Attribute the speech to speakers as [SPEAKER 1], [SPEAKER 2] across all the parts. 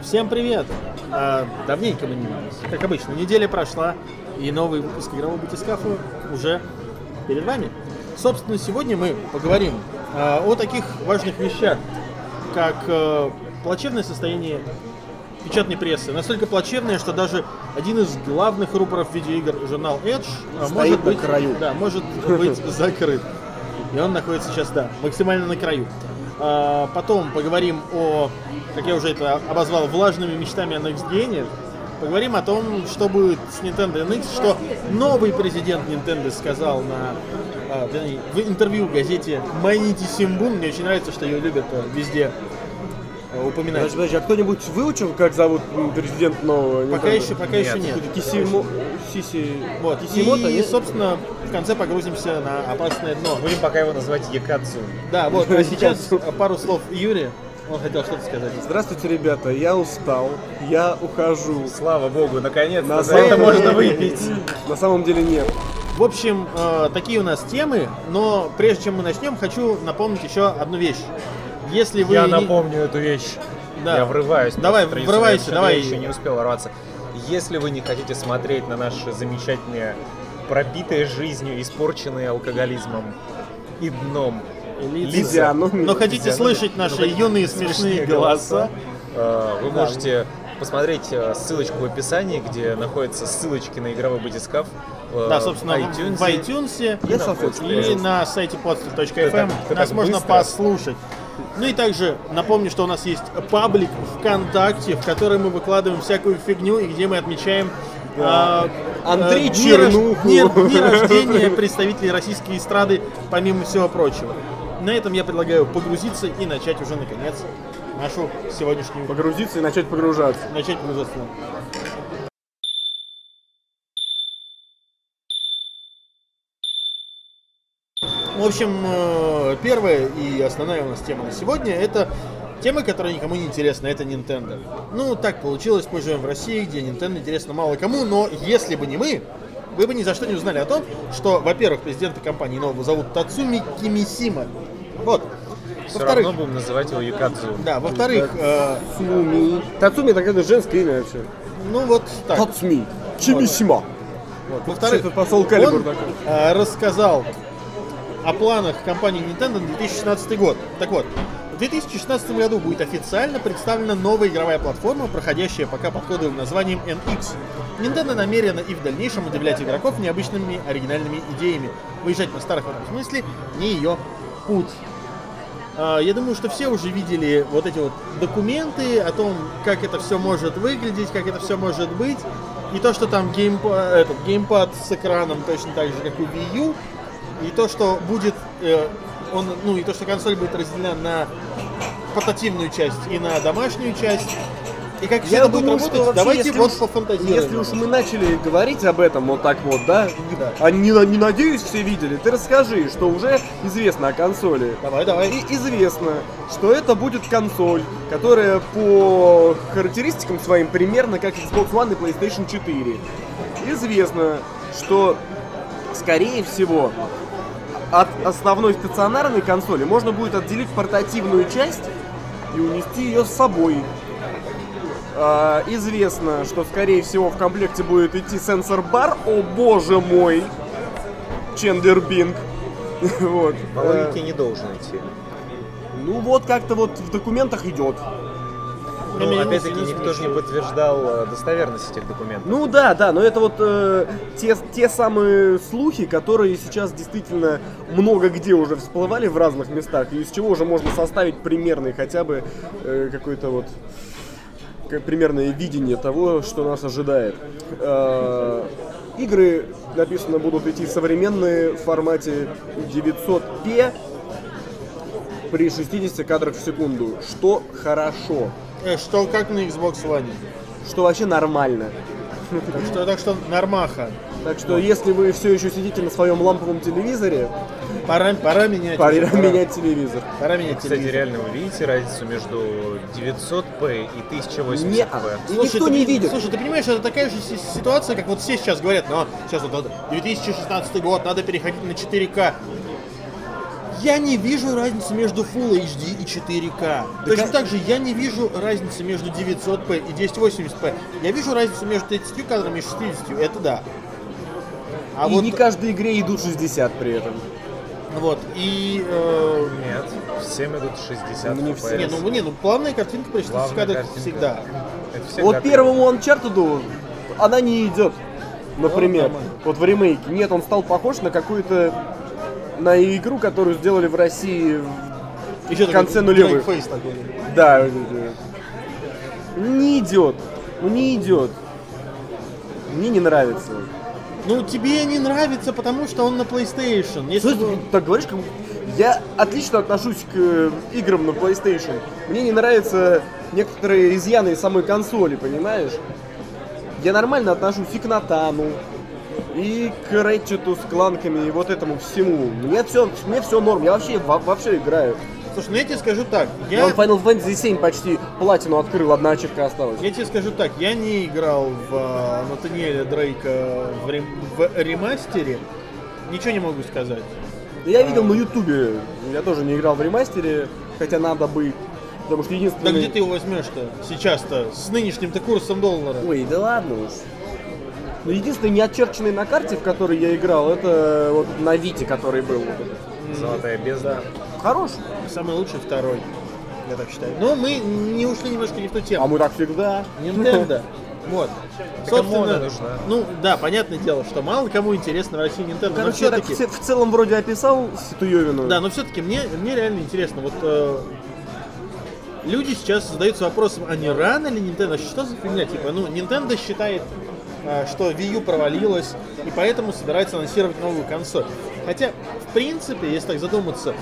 [SPEAKER 1] Всем привет! А, давненько мы не виделись. Как обычно, неделя прошла, и новый выпуск игрового батискафа уже перед вами. Собственно, сегодня мы поговорим а, о таких важных вещах, как а, плачевное состояние печатной прессы. Настолько плачевное, что даже один из главных рупоров видеоигр, журнал Edge, а,
[SPEAKER 2] Стоит
[SPEAKER 1] может
[SPEAKER 2] на
[SPEAKER 1] быть,
[SPEAKER 2] краю.
[SPEAKER 1] да, может быть закрыт. И он находится сейчас, да, максимально на краю. А, Потом поговорим о, как я уже это обозвал, влажными мечтами о Next Gen. Поговорим о том, что будет с Nintendo NX, что новый президент Nintendo сказал на а, вернее, в интервью газете Майнити Симбун. Мне очень нравится, что ее любят э, везде э, упоминать.
[SPEAKER 2] Подожди, подожди, а кто-нибудь выучил, как зовут м, президент нового?
[SPEAKER 1] Пока
[SPEAKER 2] Nintendo?
[SPEAKER 1] еще, пока еще нет.
[SPEAKER 2] Кисимо... Сиси...
[SPEAKER 1] Вот.
[SPEAKER 2] Кисимото?
[SPEAKER 1] И,
[SPEAKER 2] нет?
[SPEAKER 1] собственно, в конце погрузимся на опасное дно.
[SPEAKER 3] Будем пока его называть Якацу.
[SPEAKER 1] Да, вот, а сейчас э, пару слов Юрия. Он хотел что-то сказать.
[SPEAKER 2] Здравствуйте, ребята, я устал, я ухожу.
[SPEAKER 3] Слава богу, наконец-то
[SPEAKER 2] На
[SPEAKER 3] за это
[SPEAKER 2] самом-
[SPEAKER 3] можно выпить.
[SPEAKER 2] На самом деле нет.
[SPEAKER 1] В общем, э, такие у нас темы, но прежде чем мы начнем, хочу напомнить еще одну вещь. Если вы
[SPEAKER 3] Я
[SPEAKER 1] не-
[SPEAKER 3] напомню эту вещь.
[SPEAKER 1] Да.
[SPEAKER 3] Я врываюсь.
[SPEAKER 1] Давай,
[SPEAKER 3] просто в
[SPEAKER 1] врывайся,
[SPEAKER 3] традицию,
[SPEAKER 1] давай.
[SPEAKER 3] Я еще не успел ворваться. Если вы не хотите смотреть на наши замечательные, пробитые жизнью, испорченные алкоголизмом и дном
[SPEAKER 1] Лица.
[SPEAKER 2] Лидия, ну,
[SPEAKER 1] но хотите
[SPEAKER 3] Лидия, ну,
[SPEAKER 1] слышать наши
[SPEAKER 3] ну, хотите
[SPEAKER 1] юные смешные голоса,
[SPEAKER 3] э, вы можете посмотреть э, ссылочку в описании, где находятся ссылочки на игровой батискаф. э,
[SPEAKER 1] да, собственно,
[SPEAKER 3] в iTunes.
[SPEAKER 1] в iTunes
[SPEAKER 2] Я
[SPEAKER 3] на
[SPEAKER 2] салфетки
[SPEAKER 3] Podster.
[SPEAKER 1] и
[SPEAKER 3] Пожалуйста.
[SPEAKER 1] на сайте
[SPEAKER 3] Ты так-
[SPEAKER 1] podster.fm
[SPEAKER 3] ты
[SPEAKER 1] эм нас
[SPEAKER 3] так
[SPEAKER 1] можно
[SPEAKER 3] быстро.
[SPEAKER 1] послушать. Ну и также напомню, что у нас есть паблик ВКонтакте, в который мы выкладываем всякую фигню и где мы отмечаем а,
[SPEAKER 2] Андрей
[SPEAKER 1] э, дни рож-
[SPEAKER 2] Чернуху.
[SPEAKER 1] дни- дни рождения представителей российской эстрады, помимо всего прочего. На этом я предлагаю погрузиться и начать уже наконец нашу сегодняшнюю
[SPEAKER 2] Погрузиться и начать погружаться.
[SPEAKER 1] начать погружаться. В общем, э, первая и основная у нас тема на сегодня это тема, которая никому не интересна, это Nintendo. Ну, так получилось, мы живем в России, где Nintendo интересно мало кому, но если бы не мы, вы бы ни за что не узнали о том, что, во-первых, президента компании нового зовут Тацуми Кимисима. Вот.
[SPEAKER 3] Все
[SPEAKER 1] Во-вторых,
[SPEAKER 3] равно будем называть его Якадзу.
[SPEAKER 1] да, во-вторых, э,
[SPEAKER 2] Тацуми. Тацуми, так это женское имя вообще.
[SPEAKER 1] ну вот так.
[SPEAKER 2] Тацуми. Чимисима.
[SPEAKER 1] Вот. Во-вторых,
[SPEAKER 2] Что-то посол Калибур
[SPEAKER 1] он
[SPEAKER 2] такой.
[SPEAKER 1] э, рассказал о планах компании Nintendo на 2016 год. Так вот, в 2016 году будет официально представлена новая игровая платформа, проходящая пока под кодовым названием NX. Nintendo намерена и в дальнейшем удивлять игроков необычными оригинальными идеями. Выезжать на старых в этом смысле не ее путь. А, Я думаю, что все уже видели вот эти вот документы о том, как это все может выглядеть, как это все может быть. И то, что там геймпа- этот, геймпад с экраном точно так же, как у Wii U. И то, что будет э, он, ну и то, что консоль будет разделена на портативную часть и на домашнюю часть. И как все это будет работать, давайте
[SPEAKER 2] если
[SPEAKER 1] вот
[SPEAKER 2] уж-
[SPEAKER 1] пофантазируем.
[SPEAKER 2] Если уж мы начали говорить об этом вот так вот, да?
[SPEAKER 1] Да.
[SPEAKER 2] А не, на- не надеюсь, все видели. Ты расскажи, что уже известно о консоли.
[SPEAKER 1] Давай, давай.
[SPEAKER 2] Э, И известно, что это будет консоль, которая по характеристикам своим примерно как Xbox One и PlayStation 4. Известно, что, скорее всего, от основной стационарной консоли можно будет отделить портативную часть и унести ее с собой. А, Известно, что, скорее всего, в комплекте будет идти сенсор-бар. О боже мой! Чендер Бинг. Вот. Э,
[SPEAKER 3] По логике не должен идти.
[SPEAKER 2] Ну вот как-то вот в документах идет.
[SPEAKER 1] Ну, меня
[SPEAKER 3] Но опять-таки
[SPEAKER 1] удивило,
[SPEAKER 3] никто же не подтверждал э, достоверность этих документов.
[SPEAKER 2] Ну да, да, но это вот э, те, те самые слухи, которые сейчас действительно много где уже всплывали в разных местах, и из чего уже можно составить примерный хотя бы э, какой-то вот к- примерное видение того, что нас ожидает. Э, игры, написано, будут идти современные в формате 900p при 60 кадрах в секунду, что хорошо,
[SPEAKER 1] Э, Что как на Xbox One.
[SPEAKER 2] что вообще нормально.
[SPEAKER 1] Так что, так что нормаха.
[SPEAKER 2] Так что, если вы все еще сидите на своем ламповом телевизоре,
[SPEAKER 1] Пора, пора менять.
[SPEAKER 2] пора
[SPEAKER 1] уже,
[SPEAKER 2] менять телевизор.
[SPEAKER 1] Пора менять
[SPEAKER 3] Кстати,
[SPEAKER 1] Ну, телевизор.
[SPEAKER 3] реально вы видите разницу между 900p и 1080p?
[SPEAKER 2] Не-а. И
[SPEAKER 1] Слушай,
[SPEAKER 2] никто
[SPEAKER 1] ты
[SPEAKER 2] не
[SPEAKER 1] пони-
[SPEAKER 2] видит.
[SPEAKER 1] Слушай, ты понимаешь, это такая же си- ситуация, как вот все сейчас говорят, но сейчас вот надо 2016 год, надо переходить на 4К. Я не вижу разницы между Full HD и 4К. Точно
[SPEAKER 2] как-
[SPEAKER 1] так же я не вижу разницы между 900p и 1080p. Я вижу разницу между 30 кадрами и 60, это да. А
[SPEAKER 2] и
[SPEAKER 1] вот,
[SPEAKER 2] не каждой игре идут 60 при этом.
[SPEAKER 1] вот, и... э,
[SPEAKER 3] Нет, всем идут 60
[SPEAKER 2] Ну, не
[SPEAKER 3] FPS.
[SPEAKER 2] все.
[SPEAKER 1] не, ну, не, ну, плавная картинка при 60
[SPEAKER 3] Главная
[SPEAKER 1] кадрах
[SPEAKER 3] картинка.
[SPEAKER 1] всегда. ну,
[SPEAKER 3] Это всегда
[SPEAKER 2] Вот
[SPEAKER 3] так.
[SPEAKER 2] первому Uncharted она не идет. Например,
[SPEAKER 1] нормально.
[SPEAKER 2] вот в ремейке. Нет, он стал похож на какую-то на игру, которую сделали в России. в-
[SPEAKER 1] Еще
[SPEAKER 2] В конце нулевых. Да. вот это. Не идет. Ну не идет. Мне не нравится.
[SPEAKER 1] Ну, тебе не нравится, потому что он на PlayStation. Если
[SPEAKER 2] Слушай,
[SPEAKER 1] бы-
[SPEAKER 2] ты так говоришь, как... будто- я отлично отношусь к э, играм на PlayStation. Мне не нравятся некоторые изъяны из самой консоли, понимаешь? Я нормально отношусь и к Натану, и к Рэтчету с кланками, и вот этому всему. Мне все, мне все норм, я вообще во, во все играю.
[SPEAKER 1] Слушай, ну я тебе скажу так.
[SPEAKER 2] Я
[SPEAKER 1] Я,
[SPEAKER 2] вот Final Fantasy 7 почти платину открыл, одна ачивка осталась.
[SPEAKER 1] я тебе скажу так. Я не играл в а, Натаниэля Дрейка в, рем- в ремастере. Ничего не могу сказать.
[SPEAKER 2] Да Я видел на Ютубе, я тоже не играл в ремастере, хотя надо бы, потому что единственный...
[SPEAKER 1] Да где ты его возьмешь-то сейчас-то? С нынешним-то курсом доллара.
[SPEAKER 2] Ой, да ладно уж. Ну, единственный не очерченный на карте, в который я играл, это э, вот на Вите, который был. вот этот.
[SPEAKER 3] Золотая бездна.
[SPEAKER 2] Хорош.
[SPEAKER 1] Самый лучший второй. Я так считаю. Но мы не ушли немножко не в ту
[SPEAKER 2] А
[SPEAKER 1] тему.
[SPEAKER 2] мы так всегда.
[SPEAKER 1] Nintendo. Вот.
[SPEAKER 3] кому она
[SPEAKER 1] Собственно,
[SPEAKER 3] нужна?
[SPEAKER 1] ну да, понятное дело, что мало кому интересно в России Nintendo, но
[SPEAKER 2] Ну, Короче, я так
[SPEAKER 1] все-таки...
[SPEAKER 2] в ц- в целом вроде описал Ситуевину.
[SPEAKER 1] Да, но все-таки мне, мне реально интересно, вот э, люди сейчас задаются вопросом, а не рано ли Nintendo? Что за фигня? Типа, ну, Nintendo считает, э, что Wii U провалилась, и поэтому собирается анонсировать новую консоль. Хотя, в принципе, если так задуматься,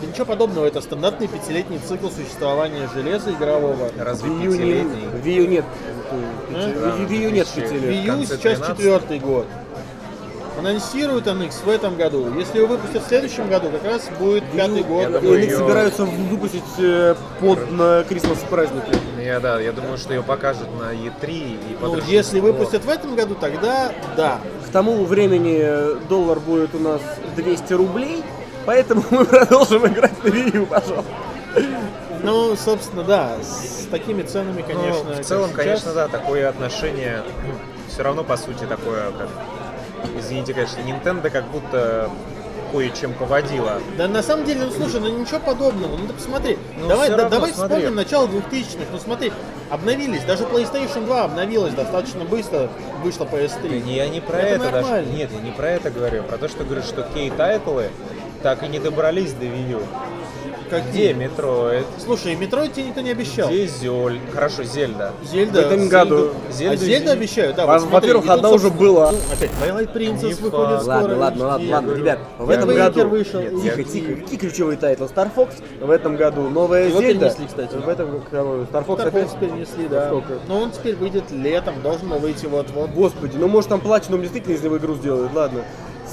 [SPEAKER 1] да ничего подобного, это стандартный пятилетний цикл существования железа игрового.
[SPEAKER 3] Разве
[SPEAKER 2] Вию не...
[SPEAKER 3] пятилетний?
[SPEAKER 2] Вию нет.
[SPEAKER 1] А?
[SPEAKER 2] Вию нет
[SPEAKER 3] Тысячи.
[SPEAKER 2] пяти лет.
[SPEAKER 1] Wii U
[SPEAKER 3] конце
[SPEAKER 1] сейчас
[SPEAKER 3] 13.
[SPEAKER 1] четвертый год. Анонсируют NX в этом году. Если его выпустят в следующем году, как раз будет пятый год.
[SPEAKER 3] я
[SPEAKER 2] И
[SPEAKER 3] думаю,
[SPEAKER 2] они
[SPEAKER 3] её-
[SPEAKER 2] собираются выпустить э, под на Крисмас праздники.
[SPEAKER 3] Ну, Я, да, я думаю, что ее покажут на E3 и
[SPEAKER 1] Ну,
[SPEAKER 3] подружат.
[SPEAKER 1] если
[SPEAKER 3] Вот.
[SPEAKER 1] выпустят в этом году, тогда да.
[SPEAKER 2] К тому времени э, доллар будет у нас 200 рублей, поэтому мы продолжим играть на Вию, пожалуйста.
[SPEAKER 1] Ну, собственно, да, с такими ценами,
[SPEAKER 3] Ну,
[SPEAKER 1] конечно.
[SPEAKER 3] в
[SPEAKER 1] как
[SPEAKER 3] целом,
[SPEAKER 1] сейчас.
[SPEAKER 3] конечно, да, такое отношение все равно, по сути, такое, как... Извините, конечно, Nintendo как будто кое-чем поводила.
[SPEAKER 1] Да на самом деле, ну слушай, ну ничего подобного. Ну ты посмотри.
[SPEAKER 3] Ну,
[SPEAKER 1] давай
[SPEAKER 3] всё
[SPEAKER 1] да-
[SPEAKER 3] равно,
[SPEAKER 1] давай
[SPEAKER 3] смотри.
[SPEAKER 1] вспомним начало 2000-х. Ну смотри, обновились. Даже PlayStation 2 обновилась достаточно быстро. Вышла
[SPEAKER 3] Да
[SPEAKER 1] PS3.
[SPEAKER 3] не, я не про
[SPEAKER 1] Это
[SPEAKER 3] это, даже.
[SPEAKER 1] нормально.
[SPEAKER 3] Нет, я не про это говорю. а Про то, что говорю, что кей-тайтлы так и не добрались до Wii U.
[SPEAKER 1] Как
[SPEAKER 3] Где Метроид?
[SPEAKER 1] Слушай, метро тебе никто не обещал.
[SPEAKER 3] Где Зель? Хорошо, Зельда.
[SPEAKER 1] Зельда.
[SPEAKER 2] В этом
[SPEAKER 1] Зельду-
[SPEAKER 2] году.
[SPEAKER 1] А
[SPEAKER 3] Зельду,
[SPEAKER 1] Зельда
[SPEAKER 3] извини.
[SPEAKER 1] обещают, да.
[SPEAKER 2] Во-
[SPEAKER 1] вот смотри,
[SPEAKER 2] во-первых,
[SPEAKER 1] и тут,
[SPEAKER 2] одна уже
[SPEAKER 1] собственно,
[SPEAKER 2] была.
[SPEAKER 1] ну, Опять Twilight Princess
[SPEAKER 3] Не
[SPEAKER 1] выходит
[SPEAKER 3] факт.
[SPEAKER 1] скоро.
[SPEAKER 2] Ладно, ладно,
[SPEAKER 1] и-
[SPEAKER 2] ладно, ладно,
[SPEAKER 3] говорю,
[SPEAKER 2] ребят, в
[SPEAKER 1] я
[SPEAKER 2] этом
[SPEAKER 1] говорю,
[SPEAKER 2] году...
[SPEAKER 1] Quaker вышел.
[SPEAKER 3] Нет,
[SPEAKER 1] и-
[SPEAKER 3] я-
[SPEAKER 2] Тихо, тихо, какие ключевые тайтлы? Star Fox в этом году, новая
[SPEAKER 1] Его
[SPEAKER 2] Зельда.
[SPEAKER 1] перенесли, кстати.
[SPEAKER 2] В этом кого? Star Fox
[SPEAKER 1] Старпом
[SPEAKER 2] опять?
[SPEAKER 1] перенесли, да.
[SPEAKER 2] Сколько?
[SPEAKER 1] Но он теперь выйдет летом, должен был выйти вот-вот.
[SPEAKER 2] Господи, ну может там Platinum действительно из него игру сделают, ладно.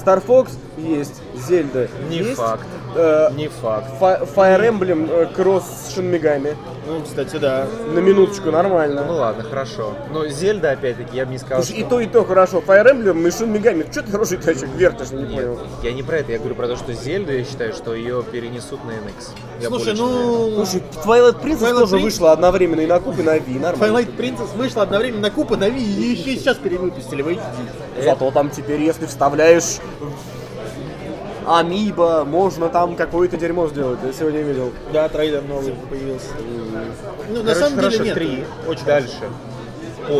[SPEAKER 2] Star Fox есть, Зельда
[SPEAKER 3] Не
[SPEAKER 2] есть.
[SPEAKER 3] факт.
[SPEAKER 2] э,
[SPEAKER 3] Не факт.
[SPEAKER 2] Фа- Fire Emblem э, Cross с Shin Megami.
[SPEAKER 1] Ну, кстати, да.
[SPEAKER 2] На минуточку,
[SPEAKER 3] Ну
[SPEAKER 2] нормально.
[SPEAKER 3] ладно, хорошо. Но Зельда, опять-таки, я бы не сказал,
[SPEAKER 2] Слушай, и
[SPEAKER 3] что-
[SPEAKER 2] то, и то хорошо. Fire Emblem и Shin Megami. Че ты хороший тачек вертишь, не
[SPEAKER 3] Нет,
[SPEAKER 2] понял.
[SPEAKER 3] я не про это, я говорю про то, что Зельду, я считаю, что ее перенесут на NX. Я
[SPEAKER 1] Слушай,
[SPEAKER 3] более чем уверен.
[SPEAKER 1] ну...
[SPEAKER 2] Слушай, Twilight Princess
[SPEAKER 1] Twilight
[SPEAKER 2] тоже
[SPEAKER 1] Princess?
[SPEAKER 2] вышла одновременно и на Кубе, и на Ви, нормально.
[SPEAKER 1] Twilight Princess вышла одновременно на Куб и на Wii, ее еще и сейчас перевыпустили, вы
[SPEAKER 2] Зато там теперь, если вставляешь Амиба, можно там какое-то дерьмо сделать. Я сегодня видел.
[SPEAKER 1] Да, трейлер новый появился. Ну, на
[SPEAKER 3] Короче,
[SPEAKER 1] самом
[SPEAKER 3] хорошо,
[SPEAKER 1] деле нет.
[SPEAKER 3] три.
[SPEAKER 1] Очень хорошо.
[SPEAKER 3] Дальше.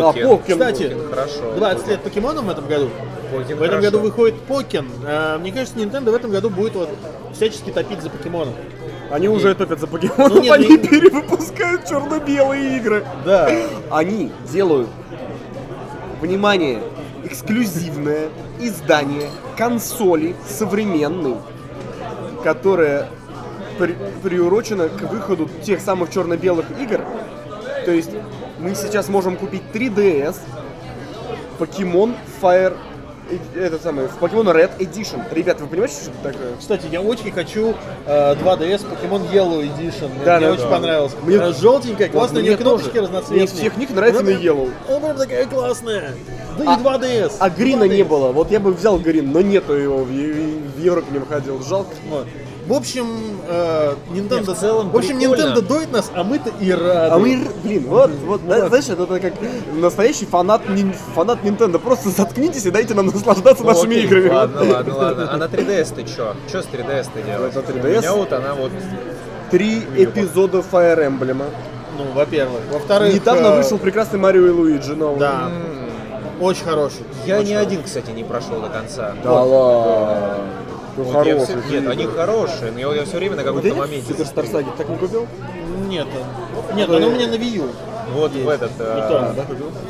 [SPEAKER 3] Поки.
[SPEAKER 2] Поки.
[SPEAKER 1] Кстати,
[SPEAKER 3] Поки, хорошо.
[SPEAKER 1] 20
[SPEAKER 3] Поки.
[SPEAKER 1] лет покемоном в этом году.
[SPEAKER 3] Поки,
[SPEAKER 1] в этом
[SPEAKER 3] хорошо.
[SPEAKER 1] году выходит Покен. А, Мне кажется, Nintendo в этом году будет вот всячески топить за покемоном.
[SPEAKER 2] Они уже топят за покемонов,
[SPEAKER 1] Ну, нет,
[SPEAKER 2] они
[SPEAKER 1] ну-
[SPEAKER 2] перевыпускают черно-белые игры.
[SPEAKER 1] Да.
[SPEAKER 2] Э, Они делают, внимание, эксклюзивное издание консоли современной, которое при- приурочено к выходу тех самых черно-белых игр. То есть мы сейчас можем купить 3DS, Pokemon Fire, э, это самое, Pokemon Red Edition. Ребята, вы понимаете, что это такое?
[SPEAKER 1] Кстати, я очень хочу э, 2DS Pokemon Yellow Edition.
[SPEAKER 2] Да,
[SPEAKER 1] мне
[SPEAKER 2] да,
[SPEAKER 1] очень
[SPEAKER 2] да.
[SPEAKER 1] понравилось.
[SPEAKER 2] Мне-
[SPEAKER 1] Она желтенькая, классная, у
[SPEAKER 2] мне
[SPEAKER 1] нее кнопочки
[SPEAKER 2] тоже.
[SPEAKER 1] разноцветные.
[SPEAKER 2] Мне из всех них нравится
[SPEAKER 1] Она
[SPEAKER 2] на Yellow.
[SPEAKER 1] прям- Она прям такая классная. Да
[SPEAKER 2] А-
[SPEAKER 1] и 2DS.
[SPEAKER 2] А грина не
[SPEAKER 1] 2DS.
[SPEAKER 2] было. Вот я бы взял грин, но нету его. В, Е- в Европе не выходил. Жалко.
[SPEAKER 1] Вот. В общем, э, Nintendo...
[SPEAKER 3] Не, в целом
[SPEAKER 1] в общем,
[SPEAKER 3] прикольно.
[SPEAKER 1] Nintendo доит нас, а мы-то и рады.
[SPEAKER 2] А мы, р- блин, вот, вот, да, знаешь, это, как настоящий фанат, нин- фанат Nintendo. Просто заткнитесь и дайте нам наслаждаться
[SPEAKER 3] Ну,
[SPEAKER 2] нашими
[SPEAKER 3] окей,
[SPEAKER 2] играми.
[SPEAKER 3] Ладно, ладно, ладно. А на 3DS ты чё? Чё с 3DS ты делаешь?
[SPEAKER 2] Вот на 3DS?
[SPEAKER 3] У меня вот она вот...
[SPEAKER 2] Три эпизода Fire Emblem.
[SPEAKER 1] Ну, во-первых. Во-вторых...
[SPEAKER 2] Недавно
[SPEAKER 1] э,
[SPEAKER 2] вышел прекрасный Марио и Луиджи новый.
[SPEAKER 1] Да. Очень хороший.
[SPEAKER 3] Я
[SPEAKER 1] Очень
[SPEAKER 3] ни
[SPEAKER 1] хороший.
[SPEAKER 3] один, кстати, не прошел до конца.
[SPEAKER 2] Да ладно. Ну,
[SPEAKER 3] Вот я
[SPEAKER 2] хороший.
[SPEAKER 3] всё- Нет, они хорошие, но я, все время
[SPEAKER 2] У
[SPEAKER 3] на
[SPEAKER 2] тебя
[SPEAKER 3] каком-то
[SPEAKER 2] нет
[SPEAKER 3] моменте.
[SPEAKER 2] Суперстар Саги так не купил?
[SPEAKER 1] Нет, нет, оно у меня на Wii U.
[SPEAKER 3] Вот в этот... э,
[SPEAKER 1] Не то, да?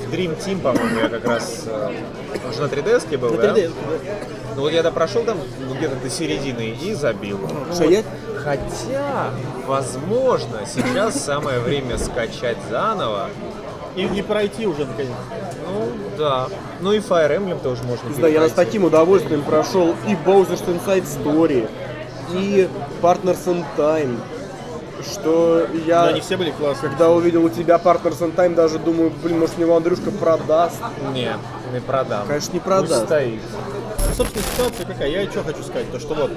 [SPEAKER 3] в Dream Team, по-моему, я как раз... э, Он же на 3DS -ке был,
[SPEAKER 1] На
[SPEAKER 3] да?
[SPEAKER 1] 3D.
[SPEAKER 3] Ну вот я допрошел там ну, где-то до середины и забил.
[SPEAKER 2] Что, я-
[SPEAKER 3] Хотя, возможно, сейчас самое время скачать заново.
[SPEAKER 1] И не пройти уже, наконец.
[SPEAKER 3] Ну, да. Ну и Fire Emblem тоже можно
[SPEAKER 2] Не знаю, я с
[SPEAKER 3] перепройти.
[SPEAKER 2] таким удовольствием прошел и Bowser's Inside Story, и Partners in Time, что
[SPEAKER 1] Но
[SPEAKER 2] я,
[SPEAKER 1] они все были классные.
[SPEAKER 2] когда увидел у тебя Partners in Time, даже думаю, блин, может, его Андрюшка продаст.
[SPEAKER 3] Не, не продам.
[SPEAKER 2] Конечно, не
[SPEAKER 3] Пусть
[SPEAKER 2] продаст.
[SPEAKER 3] стоит.
[SPEAKER 1] Собственно, ситуация какая? Я что хочу сказать? То, что вот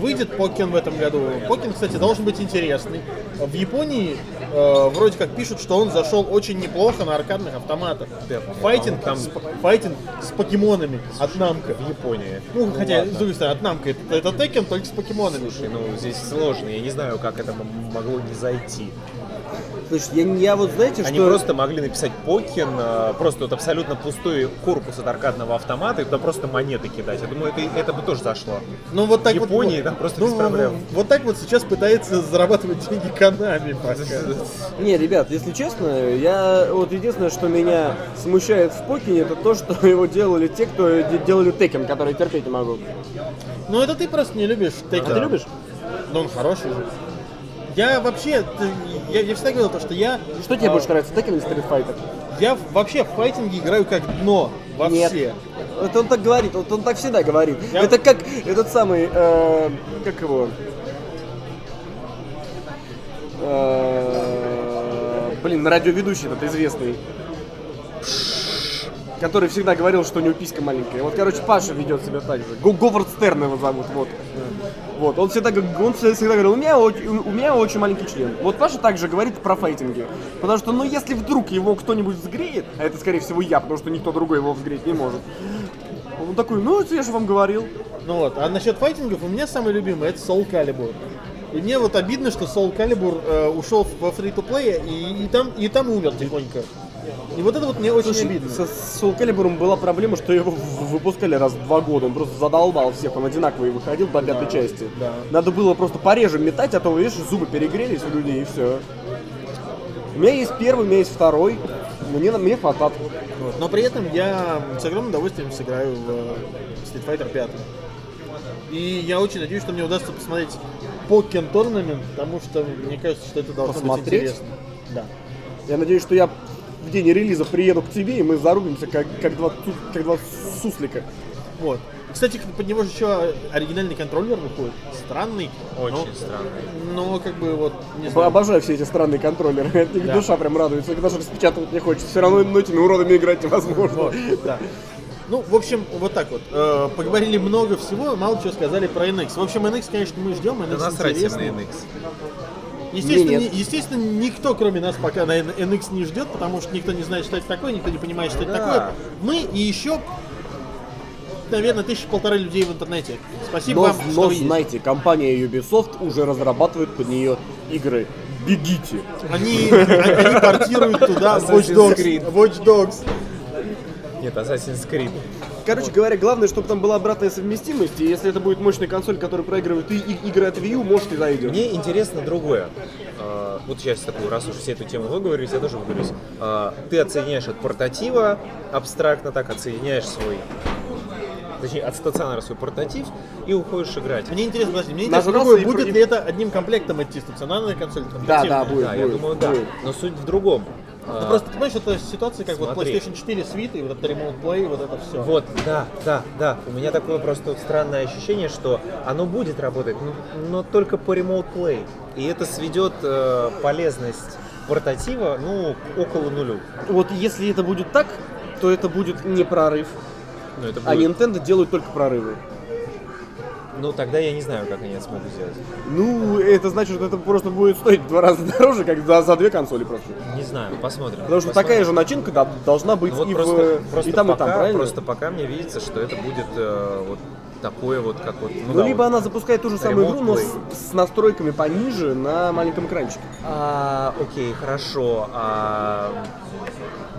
[SPEAKER 1] выйдет Покин в этом году. Покин, кстати, должен быть интересный. В Японии э, вроде как пишут, что он зашел очень неплохо на аркадных автоматах.
[SPEAKER 3] Да,
[SPEAKER 1] Файтинг,
[SPEAKER 3] там-
[SPEAKER 1] там... с, файтинг с покемонами от Намка.
[SPEAKER 3] В Японии.
[SPEAKER 1] Ну, хотя,
[SPEAKER 3] ладно.
[SPEAKER 1] с другой стороны, от Намка это, это Tekken, только с покемонами.
[SPEAKER 3] Слушай, ну здесь сложно, я не знаю, как это м- могло не зайти.
[SPEAKER 2] Слушай, я, я вот, знаете,
[SPEAKER 3] Они
[SPEAKER 2] что...
[SPEAKER 3] просто могли написать Покин, э, просто вот абсолютно пустой корпус от аркадного автомата, и туда просто монеты кидать. Я думаю, это, это бы тоже зашло.
[SPEAKER 1] Ну вот так вот-
[SPEAKER 3] Японии
[SPEAKER 1] вот,
[SPEAKER 3] там просто
[SPEAKER 1] ну,
[SPEAKER 3] без проблем.
[SPEAKER 1] Вот так вот сейчас пытается зарабатывать деньги Канами.
[SPEAKER 2] Не, ребят, если честно, я вот единственное, что меня смущает в Покине, это то, что его делали те, кто де- делали Текин, который терпеть не могу.
[SPEAKER 1] Ну это ты просто не любишь Tekken.
[SPEAKER 3] Да.
[SPEAKER 1] Ты любишь? Но он хороший же. Я вообще, ты- я, я всегда говорил то, что я...
[SPEAKER 2] Что тебе
[SPEAKER 1] а,
[SPEAKER 2] больше нравится, Текин или Street Fighter?
[SPEAKER 1] Я в- вообще в файтинге играю как дно. Во
[SPEAKER 2] Нет.
[SPEAKER 1] все.
[SPEAKER 2] Вот он так говорит, вот он так всегда говорит.
[SPEAKER 1] Я-
[SPEAKER 2] Это как этот самый, э, как его? Э, блин, радиоведущий этот известный. Который всегда говорил, что у него писька маленькая. Вот, короче, Паша ведет себя так же. Го- Говард Стерн его зовут, вот. Вот, он всегда, г- он всегда всегда говорил, у меня, оч- у у меня очень маленький член. Вот Паша также говорит про файтинги. Потому что, ну, если вдруг его кто-нибудь взгреет, а это, скорее всего, я, потому что никто другой его взгреть не может. Он такой, ну, это я же вам говорил.
[SPEAKER 1] Ну вот. А насчет файтингов у меня самый любимый это Soul Calibur. И мне вот обидно, что Soul Calibur э, ушел в- во фри то плей и, и там, и там умер тихонько. И вот это вот мне очень
[SPEAKER 2] Слушай,
[SPEAKER 1] обидно.
[SPEAKER 2] со- с Soul Calibur была проблема, что его в- выпускали раз в два года. Он просто задолбал всех, он одинаковый выходил до пятой части.
[SPEAKER 1] да.
[SPEAKER 2] Надо было просто пореже метать, а то, видишь, зубы перегрелись у людей и все. У меня есть первый, у меня есть второй. Мне, на- мне хватает.
[SPEAKER 1] Вот. Но при этом я с огромным удовольствием сыграю в э, Street Fighter 5. И я очень надеюсь, что мне удастся посмотреть Покен Tournament, потому что мне кажется, что это должно быть
[SPEAKER 2] Посмотреть?
[SPEAKER 1] интересно. Да.
[SPEAKER 2] Я надеюсь, что я в день релиза приеду к тебе, и мы зарубимся, как, как, два, ту- как два суслика.
[SPEAKER 1] Вот. Кстати, как- под него же еще оригинальный контроллер выходит. Странный.
[SPEAKER 3] Очень
[SPEAKER 2] Ну,
[SPEAKER 1] но-
[SPEAKER 3] странно.
[SPEAKER 1] Но как бы вот не
[SPEAKER 2] Б-
[SPEAKER 1] знаю.
[SPEAKER 2] Обожаю все эти странные контроллеры. От них
[SPEAKER 1] Да.
[SPEAKER 2] душа прям радуется. Их даже распечатывать не хочется. Все равно ну, этими уродами играть невозможно.
[SPEAKER 1] Вот, да. Ну, в общем, вот так вот. Э, поговорили много всего, мало чего сказали про NX. В общем, NX, конечно, мы ждем. NX
[SPEAKER 3] Да насрать всем на
[SPEAKER 1] интересный.
[SPEAKER 3] NX.
[SPEAKER 1] Естественно,
[SPEAKER 2] Мне нет.
[SPEAKER 1] ни- естественно, никто, кроме нас, пока на N- NX не ждет, потому что никто не знает, что это такое, никто не понимает, что это
[SPEAKER 3] Да.
[SPEAKER 1] такое. Мы и еще, наверное, тысячи полторы людей в интернете. Спасибо
[SPEAKER 2] Но,
[SPEAKER 1] вам, что
[SPEAKER 2] но
[SPEAKER 1] вы есть.
[SPEAKER 2] знайте, компания Ubisoft уже разрабатывает под нее игры. Бегите.
[SPEAKER 1] Они, они портируют туда Watch
[SPEAKER 3] Assassin's
[SPEAKER 1] Dogs.
[SPEAKER 3] Creed.
[SPEAKER 1] Watch Dogs.
[SPEAKER 3] Нет, Assassin's Creed.
[SPEAKER 2] Короче говоря, главное, чтобы там была обратная совместимость, и если это будет мощная консоль, которая проигрывает и, и- игры от Wii U, может и зайдет.
[SPEAKER 3] Мне интересно другое. Э, Вот сейчас такую, раз уж все эту тему выговорились, я тоже выговорюсь. Э, Ты отсоединяешь от портатива, абстрактно так отсоединяешь свой, точнее, от стационара свой портатив и уходишь играть.
[SPEAKER 1] Мне интересно, подожди, мне интересно,
[SPEAKER 2] Нажрался
[SPEAKER 1] другое,
[SPEAKER 2] и
[SPEAKER 1] будет
[SPEAKER 2] про-
[SPEAKER 1] ли это одним комплектом идти, стационарная консоль?
[SPEAKER 2] Да,
[SPEAKER 1] портативная?
[SPEAKER 2] да, будет,
[SPEAKER 3] да, я
[SPEAKER 2] будет,
[SPEAKER 3] думаю, да.
[SPEAKER 2] будет.
[SPEAKER 3] Но суть в другом.
[SPEAKER 1] Ну,
[SPEAKER 3] Э,
[SPEAKER 1] просто, ты понимаешь, это ситуация, как вот
[SPEAKER 3] Смотри.
[SPEAKER 1] PlayStation 4 Switch и вот это Remote Play, вот это все.
[SPEAKER 3] Вот, да, да, да. У меня такое просто странное ощущение, что оно будет работать, но, но только по Remote Play. И это сведет э, полезность портатива, ну, около нулю.
[SPEAKER 2] Вот если это будет так, то это будет не прорыв,
[SPEAKER 3] Ну, это
[SPEAKER 2] а
[SPEAKER 3] будет-
[SPEAKER 2] Nintendo делают только прорывы.
[SPEAKER 3] Ну, тогда я не знаю, как они это смогут сделать.
[SPEAKER 2] Ну, это значит, что это просто будет стоить в два раза дороже, как за, за две консоли просто.
[SPEAKER 3] Не знаю, посмотрим.
[SPEAKER 2] Потому что
[SPEAKER 3] Посмотрим.
[SPEAKER 2] такая же начинка да, должна быть
[SPEAKER 3] Ну, вот
[SPEAKER 2] и, в,
[SPEAKER 3] просто,
[SPEAKER 2] э,
[SPEAKER 3] просто
[SPEAKER 2] и там,
[SPEAKER 3] пока,
[SPEAKER 2] и там, правильно?
[SPEAKER 3] Просто пока мне видится, что это будет э, вот такое вот, как вот...
[SPEAKER 2] Ну,
[SPEAKER 3] да,
[SPEAKER 2] либо
[SPEAKER 3] вот.
[SPEAKER 2] она запускает ту же самую
[SPEAKER 3] Remote
[SPEAKER 2] игру, но с,
[SPEAKER 3] Play.
[SPEAKER 2] с настройками пониже на маленьком экранчике.
[SPEAKER 3] А, окей, хорошо. А,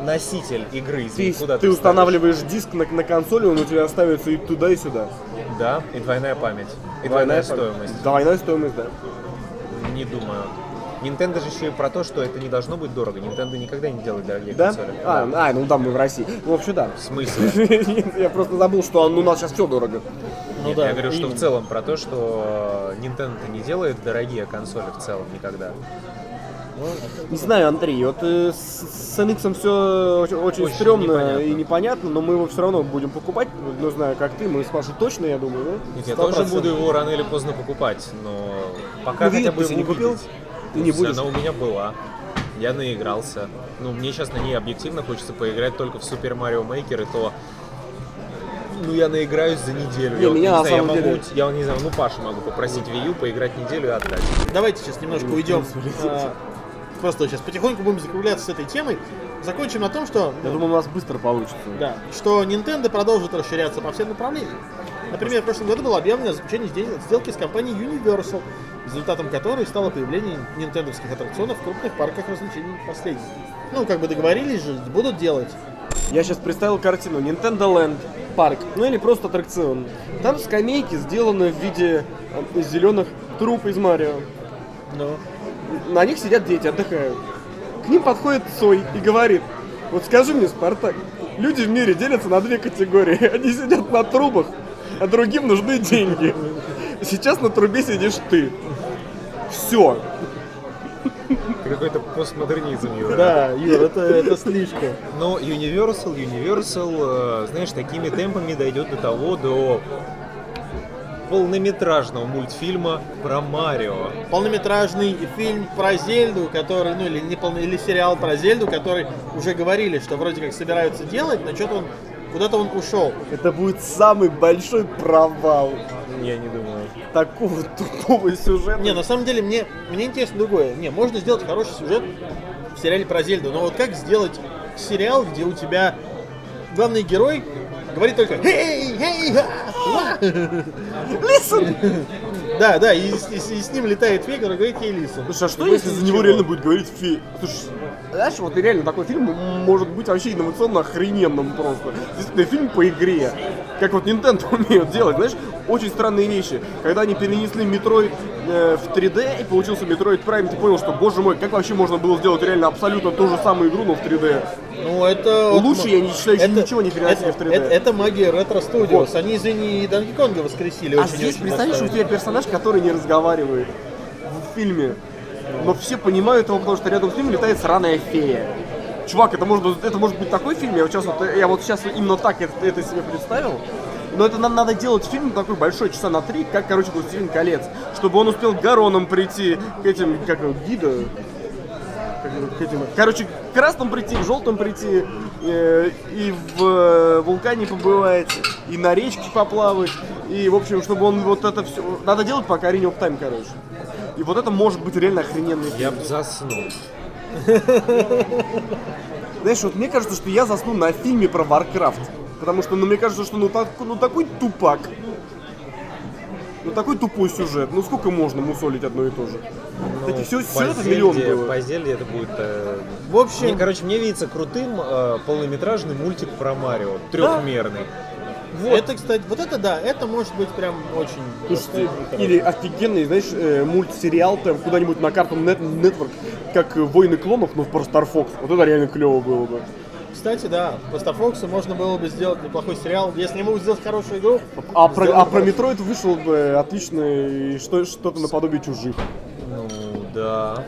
[SPEAKER 3] носитель игры,
[SPEAKER 2] Ты,
[SPEAKER 3] извини, куда
[SPEAKER 2] ты
[SPEAKER 3] ставишь?
[SPEAKER 2] устанавливаешь диск на, на консоли, он у тебя ставится и туда, и сюда.
[SPEAKER 3] Да, и двойная память. И двойная,
[SPEAKER 2] память.
[SPEAKER 3] стоимость.
[SPEAKER 2] Двойная стоимость, да.
[SPEAKER 3] Не думаю. Nintendo же еще и про то, что это не должно быть дорого. Nintendo никогда не делает дорогие
[SPEAKER 2] Да?
[SPEAKER 3] консоли.
[SPEAKER 2] А, а, ну да, мы в России. Ну, вообще, да.
[SPEAKER 3] В смысле?
[SPEAKER 2] Я просто забыл, что ну, у нас сейчас все дорого.
[SPEAKER 1] Ну
[SPEAKER 3] Нет,
[SPEAKER 1] да,
[SPEAKER 3] я говорю, что в
[SPEAKER 1] именно.
[SPEAKER 3] целом про то, что э, Nintendo не делает дорогие консоли в целом никогда.
[SPEAKER 2] Не знаю, Андрей, вот э, с, с NX все очень, очень
[SPEAKER 3] Очень
[SPEAKER 2] стрёмно
[SPEAKER 3] непонятно.
[SPEAKER 2] и непонятно, но мы его все равно будем покупать. Ну, знаю, как ты, мы с Машей точно, я думаю, да?
[SPEAKER 3] Нет, я
[SPEAKER 2] 100%.
[SPEAKER 3] тоже буду его рано или поздно покупать, но пока
[SPEAKER 2] Ну,
[SPEAKER 3] хотя
[SPEAKER 2] видит,
[SPEAKER 3] бы
[SPEAKER 2] ты
[SPEAKER 3] его
[SPEAKER 2] не купил?
[SPEAKER 3] увидеть.
[SPEAKER 2] Ты не
[SPEAKER 3] Ну,
[SPEAKER 2] будешь?
[SPEAKER 3] Она у меня была. Я наигрался. Ну, мне сейчас на ней объективно хочется поиграть только в Super Mario Maker, и то... Ну, я наиграюсь за неделю.
[SPEAKER 2] Не,
[SPEAKER 3] я, вот
[SPEAKER 2] меня
[SPEAKER 3] не
[SPEAKER 2] на
[SPEAKER 3] знаю, я
[SPEAKER 2] самом
[SPEAKER 3] могу...
[SPEAKER 2] деле-
[SPEAKER 3] Я не знаю, ну, Пашу могу попросить Wii U, поиграть неделю и отдать.
[SPEAKER 1] Давайте сейчас немножко
[SPEAKER 2] Ну,
[SPEAKER 1] уйдем.
[SPEAKER 2] в принципе,
[SPEAKER 1] а, Просто сейчас потихоньку будем закругляться с этой темой. Закончим на том, что
[SPEAKER 2] Я думаю, у нас быстро получится.
[SPEAKER 1] Да, что Nintendo продолжит расширяться по всем направлениям. Например, в прошлом году было объявлено о заключении сдел- сделки с компанией Universal, результатом которой стало появление нинтендовских аттракционов в крупных парках развлечений последних. Ну, как бы договорились же, будут делать.
[SPEAKER 2] Я сейчас представил картину Nintendo Land парк, ну или просто аттракцион. Там скамейки сделаны в виде зеленых труб из Марио.
[SPEAKER 1] Ну,
[SPEAKER 2] На них сидят дети, отдыхают. К ним подходит Сой и говорит, вот скажи мне, Спартак, люди в мире делятся на две категории. Они сидят на трубах, а другим нужны деньги. Сейчас на трубе сидишь ты. Все.
[SPEAKER 3] Это какой-то постмодернизм, Юра.
[SPEAKER 1] да, Юр, это, это слишком.
[SPEAKER 3] Но Universal, Universal, э, знаешь, такими темпами дойдет до того, до полнометражного мультфильма про Марио.
[SPEAKER 1] Полнометражный фильм про Зельду, который, ну или не полно, или сериал про Зельду, который уже говорили, что вроде как собираются делать, но что-то он куда-то он ушел.
[SPEAKER 2] Это будет самый большой провал
[SPEAKER 3] Я не думаю.
[SPEAKER 2] такого тупого сюжета.
[SPEAKER 1] Не, на самом деле мне, мне интересно другое. Не, можно сделать хороший сюжет в сериале про Зельду, но вот как сделать сериал, где у тебя главный герой говорит только «Эй, эй, а, а». Да, да, и, с- и с- и с ним летает Вегар и говорит ей Лису.
[SPEAKER 2] Слушай, а что
[SPEAKER 1] Больше
[SPEAKER 2] если за
[SPEAKER 1] ничего.
[SPEAKER 2] него реально будет говорить фи? Слушай, знаешь, вот реально такой фильм может быть вообще инновационно охрененным просто. Действительно, фильм по игре. Как вот Nintendo умеют делать, знаешь, очень странные вещи. Когда они перенесли Metroid э, в 3D и получился Metroid Prime, ты понял, что, боже мой, как вообще можно было сделать реально абсолютно ту же самую игру, но в 3D?
[SPEAKER 1] Ну, это... вот м-
[SPEAKER 2] Лучше я не считаю, что
[SPEAKER 1] это-
[SPEAKER 2] ничего не переносили
[SPEAKER 1] это-
[SPEAKER 2] в 3D.
[SPEAKER 1] Это, это магия ретро-студиос.
[SPEAKER 2] Вот.
[SPEAKER 1] Они, извини, и Донки Конга воскресили
[SPEAKER 2] А
[SPEAKER 1] очень
[SPEAKER 2] здесь, представляешь, у тебя персонаж, который не разговаривает в фильме. Но все понимают его, потому что рядом с ним летает сраная фея. Чувак, это может, это может быть такой фильм, я вот сейчас, вот, я вот сейчас именно так это, это себе представил. Но это нам надо делать фильм такой большой, часа на три, как, короче, «Властелин колец», чтобы он успел к Гаронам прийти, к этим, как его, гида, как его, к этим, короче, к красным прийти, к желтым прийти, э, и в э, вулкане побывать, и на речке поплавать, и, в общем, чтобы он вот это все... Надо делать по Карине оф Тайм, короче. И вот это может быть реально охрененный фильм.
[SPEAKER 3] Я бы заснул.
[SPEAKER 2] Знаешь, вот мне кажется, что я засну на фильме про Warcraft. Потому что, ну, мне кажется, что ну, так, ну такой тупак. Ну такой тупой сюжет. Ну сколько можно мусолить одно и то же? Таких сю-
[SPEAKER 3] Ну, по
[SPEAKER 2] сюжетов
[SPEAKER 3] Зельде-
[SPEAKER 2] миллион было.
[SPEAKER 3] По Зельде это будет... э,
[SPEAKER 1] В общем-
[SPEAKER 3] мне, короче, мне видится крутым э, полнометражный мультик про Марио. Трехмерный.
[SPEAKER 1] Это, кстати, вот это да, это может быть прям очень...
[SPEAKER 2] Слушайте, или офигенный, знаешь, э, мультсериал там куда-нибудь на карту Network, как э, «Войны клонов», но про Star Fox. Вот это реально клево было бы.
[SPEAKER 1] Кстати, да, по Star Fox'у можно было бы сделать неплохой сериал. Если не могут сделать хорошую игру,
[SPEAKER 2] А про, а
[SPEAKER 1] сделают
[SPEAKER 2] про
[SPEAKER 1] хорошую.
[SPEAKER 2] Metroid вышел бы отличный что, что-то наподобие «Чужих».
[SPEAKER 3] Ну, да.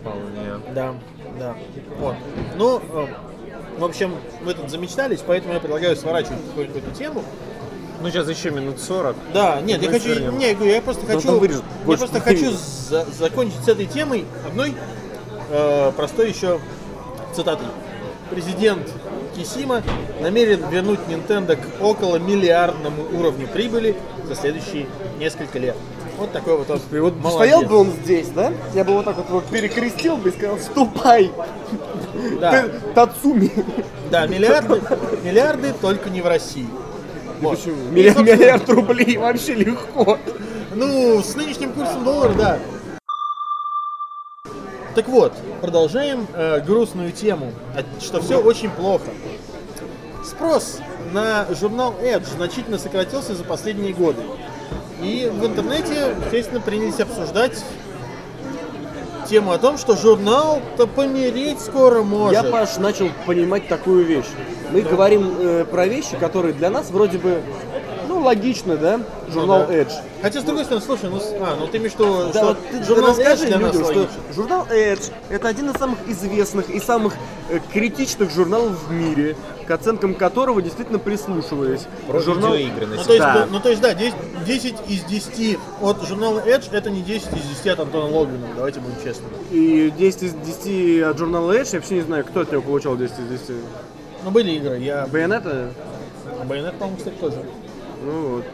[SPEAKER 3] Вполне.
[SPEAKER 1] Да, да. Вот. Ну, э, в общем, мы тут замечтались, поэтому я предлагаю сворачивать потихоньку эту тему.
[SPEAKER 3] Ну, сейчас еще минут 40.
[SPEAKER 1] Да, нет,
[SPEAKER 3] Мы
[SPEAKER 1] я хочу,
[SPEAKER 3] свернем.
[SPEAKER 1] не, я говорю, я просто
[SPEAKER 2] Да,
[SPEAKER 1] хочу,
[SPEAKER 2] там вырежут.
[SPEAKER 1] я
[SPEAKER 2] Больше
[SPEAKER 1] просто
[SPEAKER 2] не
[SPEAKER 1] хочу
[SPEAKER 2] вырежут.
[SPEAKER 1] за- закончить с этой темой одной э, простой еще цитатой. Президент Кисима намерен вернуть Nintendo к около миллиардному уровню прибыли за следующие несколько лет. Вот такой вот он.
[SPEAKER 2] И вот
[SPEAKER 1] молодец.
[SPEAKER 2] стоял бы он здесь, да? Я бы вот так вот его перекрестил бы и сказал, ступай!
[SPEAKER 1] Да.
[SPEAKER 2] Ты Тацуми!
[SPEAKER 1] Да, миллиарды, миллиарды только не в России. Вот.
[SPEAKER 2] Милли-
[SPEAKER 1] И, собственно,
[SPEAKER 2] Миллиард рублей вообще легко.
[SPEAKER 1] Ну, с нынешним курсом доллара, да. Так вот, продолжаем э, грустную тему, а- что все очень плохо. Спрос на журнал Edge значительно сократился за последние годы. И в интернете, естественно, принялись обсуждать тему о том, что журнал-то помереть скоро может.
[SPEAKER 2] Я, Паш, начал понимать такую вещь. Мы говорим э, про вещи, которые для нас вроде бы, ну, логично, да? Журнал
[SPEAKER 1] да.
[SPEAKER 2] Edge.
[SPEAKER 1] Хотя, с другой стороны, слушай, ну, с- а, ну ты имеешь в виду,
[SPEAKER 2] Да,
[SPEAKER 1] что
[SPEAKER 2] вот ты
[SPEAKER 1] журнал
[SPEAKER 2] расскажи
[SPEAKER 1] Edge для нас
[SPEAKER 2] людям, что
[SPEAKER 1] логичен.
[SPEAKER 2] журнал Edge это один из самых известных и самых э, критичных журналов в мире, к оценкам которого действительно прислушивались.
[SPEAKER 3] Про
[SPEAKER 2] журнал
[SPEAKER 3] видеоигры на
[SPEAKER 1] Ну то, есть,
[SPEAKER 2] Да.
[SPEAKER 1] да. ну, то есть, да, 10, 10 из 10 от журнала Edge это не 10 из 10 от Антона Логвина, давайте будем честными.
[SPEAKER 2] и 10 из 10 от журнала Edge, я вообще не знаю, кто от него получал 10 из 10.
[SPEAKER 1] Ну, были игры, я...
[SPEAKER 2] Байонета?
[SPEAKER 1] Байонет, по-моему, кстати, тоже.
[SPEAKER 2] Ну вот.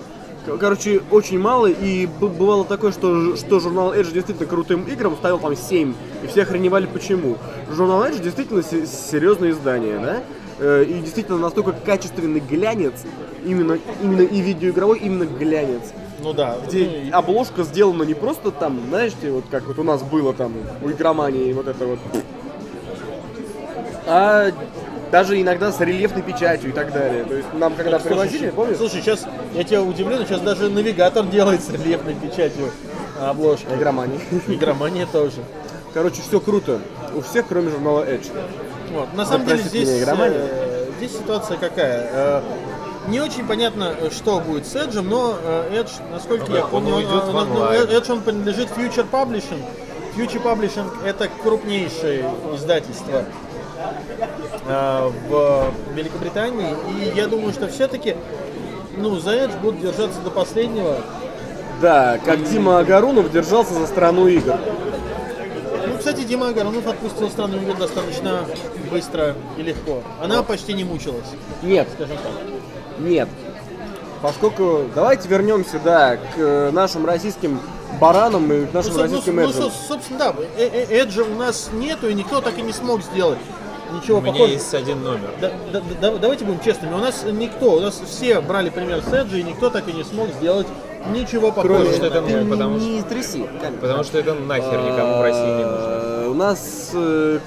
[SPEAKER 2] К- Короче, очень мало, и б- бывало такое, что, ж- что журнал Edge действительно крутым играм ставил там 7, и все охреневали почему. Журнал Edge действительно се- серьезное издание, да? Э, И действительно настолько качественный глянец, именно, именно и видеоигровой, именно глянец.
[SPEAKER 1] Ну да. Ну,
[SPEAKER 2] Где
[SPEAKER 1] и-
[SPEAKER 2] обложка сделана не просто там, знаете, вот как вот у нас было там у игромании, вот это вот. А даже иногда с рельефной печатью и так далее. То есть нам когда
[SPEAKER 1] слушай,
[SPEAKER 2] привозили,
[SPEAKER 1] щ-
[SPEAKER 2] помнишь?
[SPEAKER 1] Слушай, сейчас, я тебя удивлю, но сейчас даже навигатор делает с рельефной печатью а обложки.
[SPEAKER 2] Игромании.
[SPEAKER 1] Игромания тоже.
[SPEAKER 2] Короче, все круто. У всех, кроме журнала Edge.
[SPEAKER 1] Вот. На самом деле
[SPEAKER 2] простит
[SPEAKER 1] здесь,
[SPEAKER 2] меня, игромания.
[SPEAKER 1] э, здесь ситуация какая? Э, не очень понятно, э, что будет с Edge, но э, Edge, насколько
[SPEAKER 3] Ну,
[SPEAKER 1] я
[SPEAKER 3] он
[SPEAKER 1] помню,
[SPEAKER 3] уйдет в
[SPEAKER 1] ну,
[SPEAKER 3] онлайн.
[SPEAKER 1] Edge он принадлежит Future Publishing. Future Publishing это крупнейшее издательство э, в Великобритании, и я думаю, что все-таки ну, за Edge будут держаться до последнего.
[SPEAKER 2] Да, как Дима Агарунов держался за страну игр.
[SPEAKER 1] Ну, кстати, Дима Агарунов отпустил страну игр достаточно быстро и легко. Она почти не мучилась,
[SPEAKER 2] Нет,
[SPEAKER 1] скажем так.
[SPEAKER 2] нет. Поскольку давайте вернемся, да, к э, нашим российским баранам и к нашим
[SPEAKER 1] Ну, соб-
[SPEAKER 2] российским
[SPEAKER 1] ну,
[SPEAKER 2] Эджам.
[SPEAKER 1] со- собственно, да, э- э- Эджа у нас нету, и никто так и не смог сделать ничего
[SPEAKER 3] У меня
[SPEAKER 1] похожего.
[SPEAKER 3] есть один номер.
[SPEAKER 1] Да- да- да- давайте будем честными, у нас никто, у нас все брали пример с Эджи, и никто так и не смог сделать ничего похожего.
[SPEAKER 3] ну, что это
[SPEAKER 1] на
[SPEAKER 3] мой,
[SPEAKER 1] него.
[SPEAKER 3] потому что-
[SPEAKER 2] не тряси. камень.
[SPEAKER 3] Потому что это нахер никому в России не
[SPEAKER 1] А.
[SPEAKER 3] нужно.
[SPEAKER 2] Э, У нас э,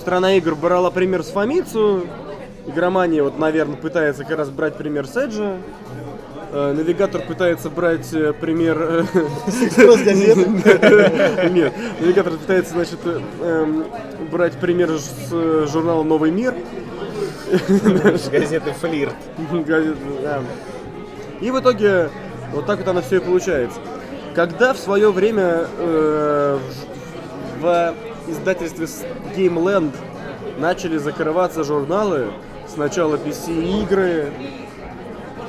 [SPEAKER 2] страна игр брала пример с Фомицу. Игромания, вот, наверное, пытается как раз брать пример с Эджа. Э, Навигатор пытается брать э, пример... э, Нет, навигатор пытается, значит, э, эм, брать пример с э, журнала «Новый мир».
[SPEAKER 3] Газеты «Флирт».
[SPEAKER 2] Газет, да. И в итоге вот так вот оно все и получается. Когда в свое время э, в, в издательстве с- Game Land начали закрываться журналы, сначала PC-игры,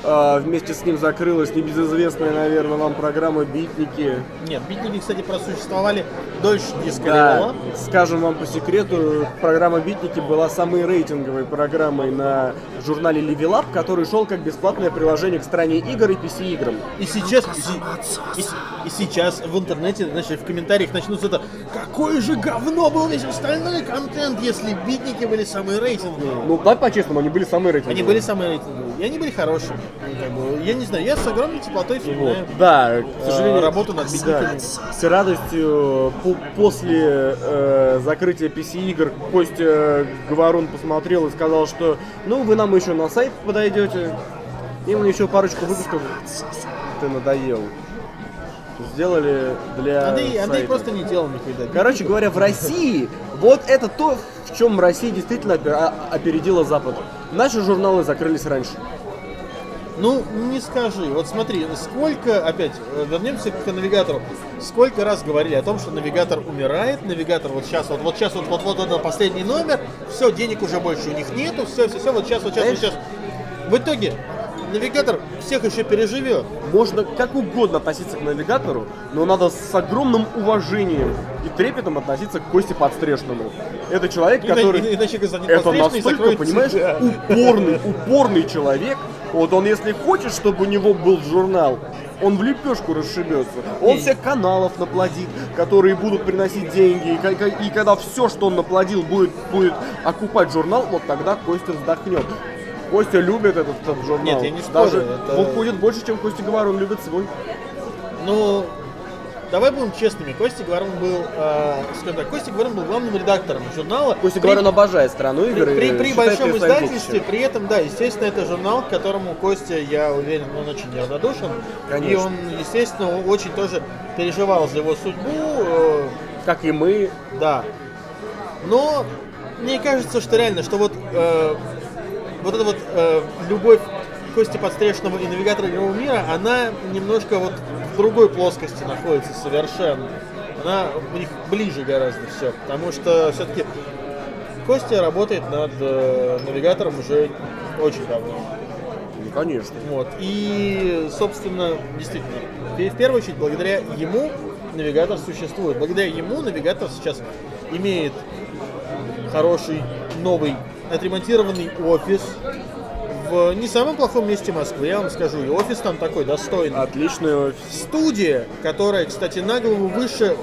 [SPEAKER 2] а, вместе с ним закрылась небезызвестная, наверное, вам программа «Битники».
[SPEAKER 1] Нет, битники, кстати, просуществовали дольше диска
[SPEAKER 2] Да,
[SPEAKER 1] Ревела.
[SPEAKER 2] скажем вам по секрету, программа «Битники» была самой рейтинговой программой на журнале «Левелап», который шел как бесплатное приложение к стране игр и PC-играм.
[SPEAKER 1] И сейчас, и, се- и се- и сейчас в интернете, значит, в комментариях начнутся это «Какое же говно был весь остальной контент, если битники были самые рейтинговые?»
[SPEAKER 2] Ну, так по-честному, они были самые рейтинговые.
[SPEAKER 1] Они были самые рейтинговые. И они были хорошими. Ну, как бы, Я не знаю, я с огромной теплотой вспоминаю.
[SPEAKER 2] Вот. Да,
[SPEAKER 1] э,
[SPEAKER 2] к сожалению,
[SPEAKER 1] работу над
[SPEAKER 2] да.
[SPEAKER 1] битниками.
[SPEAKER 2] С радостью по- после э, закрытия PC-игр Костя Говорун посмотрел и сказал, что ну вы нам еще на сайт подойдете, и мы еще парочку выпусков ты надоел. Сделали для
[SPEAKER 1] Андрей, Андрей
[SPEAKER 2] сайта.
[SPEAKER 1] просто не делал никогда.
[SPEAKER 2] Короче говоря, в России вот это то, в чем Россия действительно опе- а- опередила Запад. Наши журналы закрылись раньше.
[SPEAKER 1] Ну, не скажи. Вот смотри, сколько, опять, э, вернемся к навигатору. Сколько раз говорили о том, что навигатор умирает, навигатор вот сейчас, вот, вот сейчас, вот, вот, вот, вот, вот, последний номер, все, денег уже больше у них нету, все, все, все, вот сейчас, вот сейчас, вот сейчас. В итоге, навигатор всех еще переживет.
[SPEAKER 2] Можно как угодно относиться к навигатору, но надо с огромным уважением и трепетом относиться к Косте Подстрешному. Это человек, который...
[SPEAKER 1] Иначе- Иначе занят
[SPEAKER 2] Это
[SPEAKER 1] подстриженный и
[SPEAKER 2] настолько,
[SPEAKER 1] закроет
[SPEAKER 2] понимаешь,
[SPEAKER 1] тебя.
[SPEAKER 2] упорный, упорный человек. Вот он, если хочет, чтобы у него был журнал, он в лепешку расшибется. Он всех каналов наплодит, которые будут приносить деньги. И, ко- ко- и когда все, что он наплодил, будет, будет окупать журнал, вот тогда Костя вздохнет. Костя любит этот, этот журнал.
[SPEAKER 1] Нет, я не спорю,
[SPEAKER 2] Даже
[SPEAKER 1] это-
[SPEAKER 2] он ходит больше, чем Костя Гавар, он любит свой.
[SPEAKER 1] Ну, давай будем честными. Костя Говорун был, э, скажем так, Костя Говорун был главным редактором журнала.
[SPEAKER 2] Костя
[SPEAKER 1] При-
[SPEAKER 2] Гаварон обожает страну
[SPEAKER 1] при,
[SPEAKER 2] игр.
[SPEAKER 1] при-
[SPEAKER 2] и
[SPEAKER 1] при
[SPEAKER 2] считает
[SPEAKER 1] большом
[SPEAKER 2] её своим
[SPEAKER 1] издательстве,
[SPEAKER 2] детищем.
[SPEAKER 1] при этом, да, естественно, это журнал, к которому Костя, я уверен, он очень неравнодушен. И
[SPEAKER 2] Конечно.
[SPEAKER 1] он, естественно, очень тоже переживал за его судьбу, э,
[SPEAKER 2] Как и мы,
[SPEAKER 1] да. Но мне кажется, что реально, что вот, э, вот эта вот э, любовь Кости Подстрешного и навигатора Игрового мира, она немножко вот в другой плоскости находится совершенно. Она у них ближе гораздо все, потому что все-таки Костя работает над э, навигатором уже очень давно.
[SPEAKER 2] ну, конечно.
[SPEAKER 1] Вот. И, собственно, действительно, в в первую очередь, благодаря ему навигатор существует. Благодаря ему навигатор сейчас имеет хороший, новый, отремонтированный офис в не самом плохом месте Москвы, я вам скажу. И офис там такой достойный.
[SPEAKER 2] Отличный офис.
[SPEAKER 1] Студия, которая, кстати, на голову выше,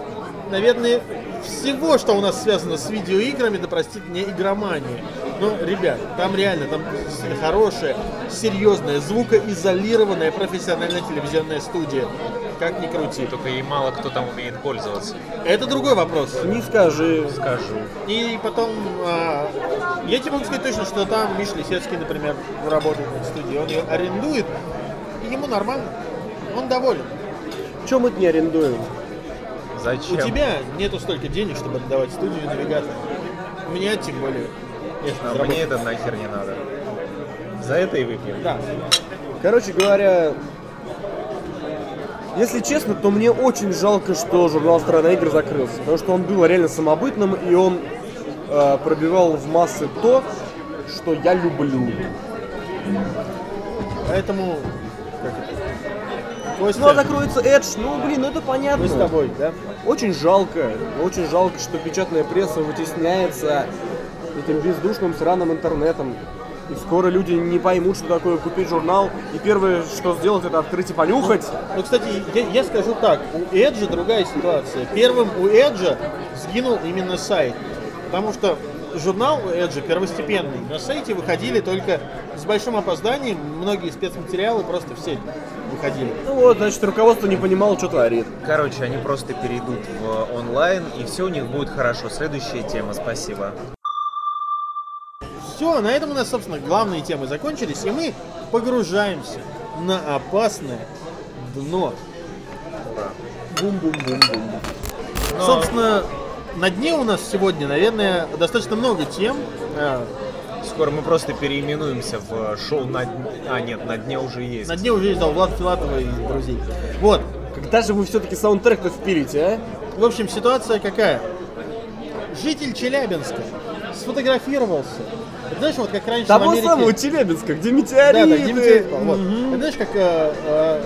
[SPEAKER 1] наверное, всего, что у нас связано с видеоиграми, да простит мне игромания. Ну, ребят, там реально, там с- хорошая, серьезная, звукоизолированная профессиональная телевизионная студия. Как ни крути.
[SPEAKER 3] Только и мало кто там умеет пользоваться.
[SPEAKER 1] Это другой вопрос.
[SPEAKER 2] Не скажи.
[SPEAKER 3] Скажу.
[SPEAKER 1] И потом, а, я тебе могу сказать точно, что там Миша Лисецкий, например, работает в студии, он ее арендует, и ему нормально, он доволен.
[SPEAKER 2] Чем мы это не арендуем?
[SPEAKER 3] Зачем?
[SPEAKER 1] У тебя нету столько денег, чтобы отдавать студию и навигатор. У меня тем более. Я ж
[SPEAKER 3] А
[SPEAKER 1] заработал.
[SPEAKER 3] мне это нахер не надо. За это и выпьем.
[SPEAKER 1] Да.
[SPEAKER 2] Короче говоря, если честно, то мне очень жалко, что журнал «Страна игр» закрылся, потому что он был реально самобытным, и он э, пробивал в массы то, что я люблю. Ну,
[SPEAKER 1] Поэтому. Как это? Костя,
[SPEAKER 2] Ну, а закроется Эдж, ну, блин, ну это понятно.
[SPEAKER 1] мы с тобой, да?
[SPEAKER 2] Очень жалко, очень жалко, что печатная пресса вытесняется этим бездушным сраным интернетом. И скоро люди не поймут, что такое купить журнал, и первое, что сделать, это открыть и понюхать.
[SPEAKER 1] Ну, кстати, я, я скажу так, у Эджа другая ситуация. Первым у Эджа сгинул именно сайт. Потому что журнал у Эджа первостепенный. На сайте выходили только с большим опозданием, многие спецматериалы просто в сеть выходили.
[SPEAKER 2] Ну вот, значит, руководство не понимало, что творит.
[SPEAKER 3] Короче, они просто перейдут в онлайн, и все у них будет хорошо. Следующая тема, спасибо.
[SPEAKER 1] Все, на этом у нас, собственно, главные темы закончились, и мы погружаемся на опасное дно. Бум-бум-бум-бум. Собственно, на дне у нас сегодня, наверное, достаточно много тем. Э,
[SPEAKER 3] Скоро мы просто переименуемся в шоу на дне. А, нет, на дне уже есть.
[SPEAKER 1] На дне уже издал Влад Филатова и друзей. Вот.
[SPEAKER 2] Когда же вы все-таки саундтрек-то впилите,
[SPEAKER 1] В общем, ситуация какая? Житель Челябинска сфотографировался. Это знаешь, вот как
[SPEAKER 2] а?
[SPEAKER 1] раньше в
[SPEAKER 2] Того
[SPEAKER 1] Америке...
[SPEAKER 2] самого Челябинска, где
[SPEAKER 1] Да,
[SPEAKER 2] метеориты.
[SPEAKER 1] да, Дима Терехов, вот.
[SPEAKER 2] Мгм.
[SPEAKER 1] Это Знаешь, как э, э,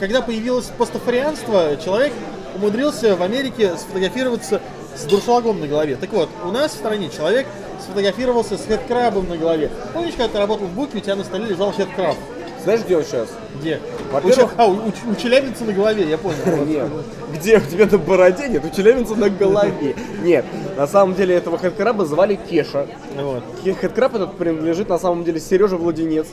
[SPEAKER 1] когда появилось пастафарианство, человек умудрился в Америке сфотографироваться с дуршлагом на голове. Так вот, у нас в стране человек сфотографировался с хедкрабом на голове. Помнишь, когда ты работал в Буке, у тебя на столе лежал хедкраб?
[SPEAKER 2] Знаешь, где он сейчас?
[SPEAKER 1] Где?
[SPEAKER 2] Во-первых-
[SPEAKER 1] У Че- а, у, у Ч- у Челябинца на голове, я понял. Вот.
[SPEAKER 2] Нет. Где у тебя на бороде нет, у Челябинца на голове. Нет, на самом деле этого хэдкраба звали Кеша.
[SPEAKER 1] Вот.
[SPEAKER 2] Хе- Хэдкраб этот принадлежит на самом деле Сереже Владенец.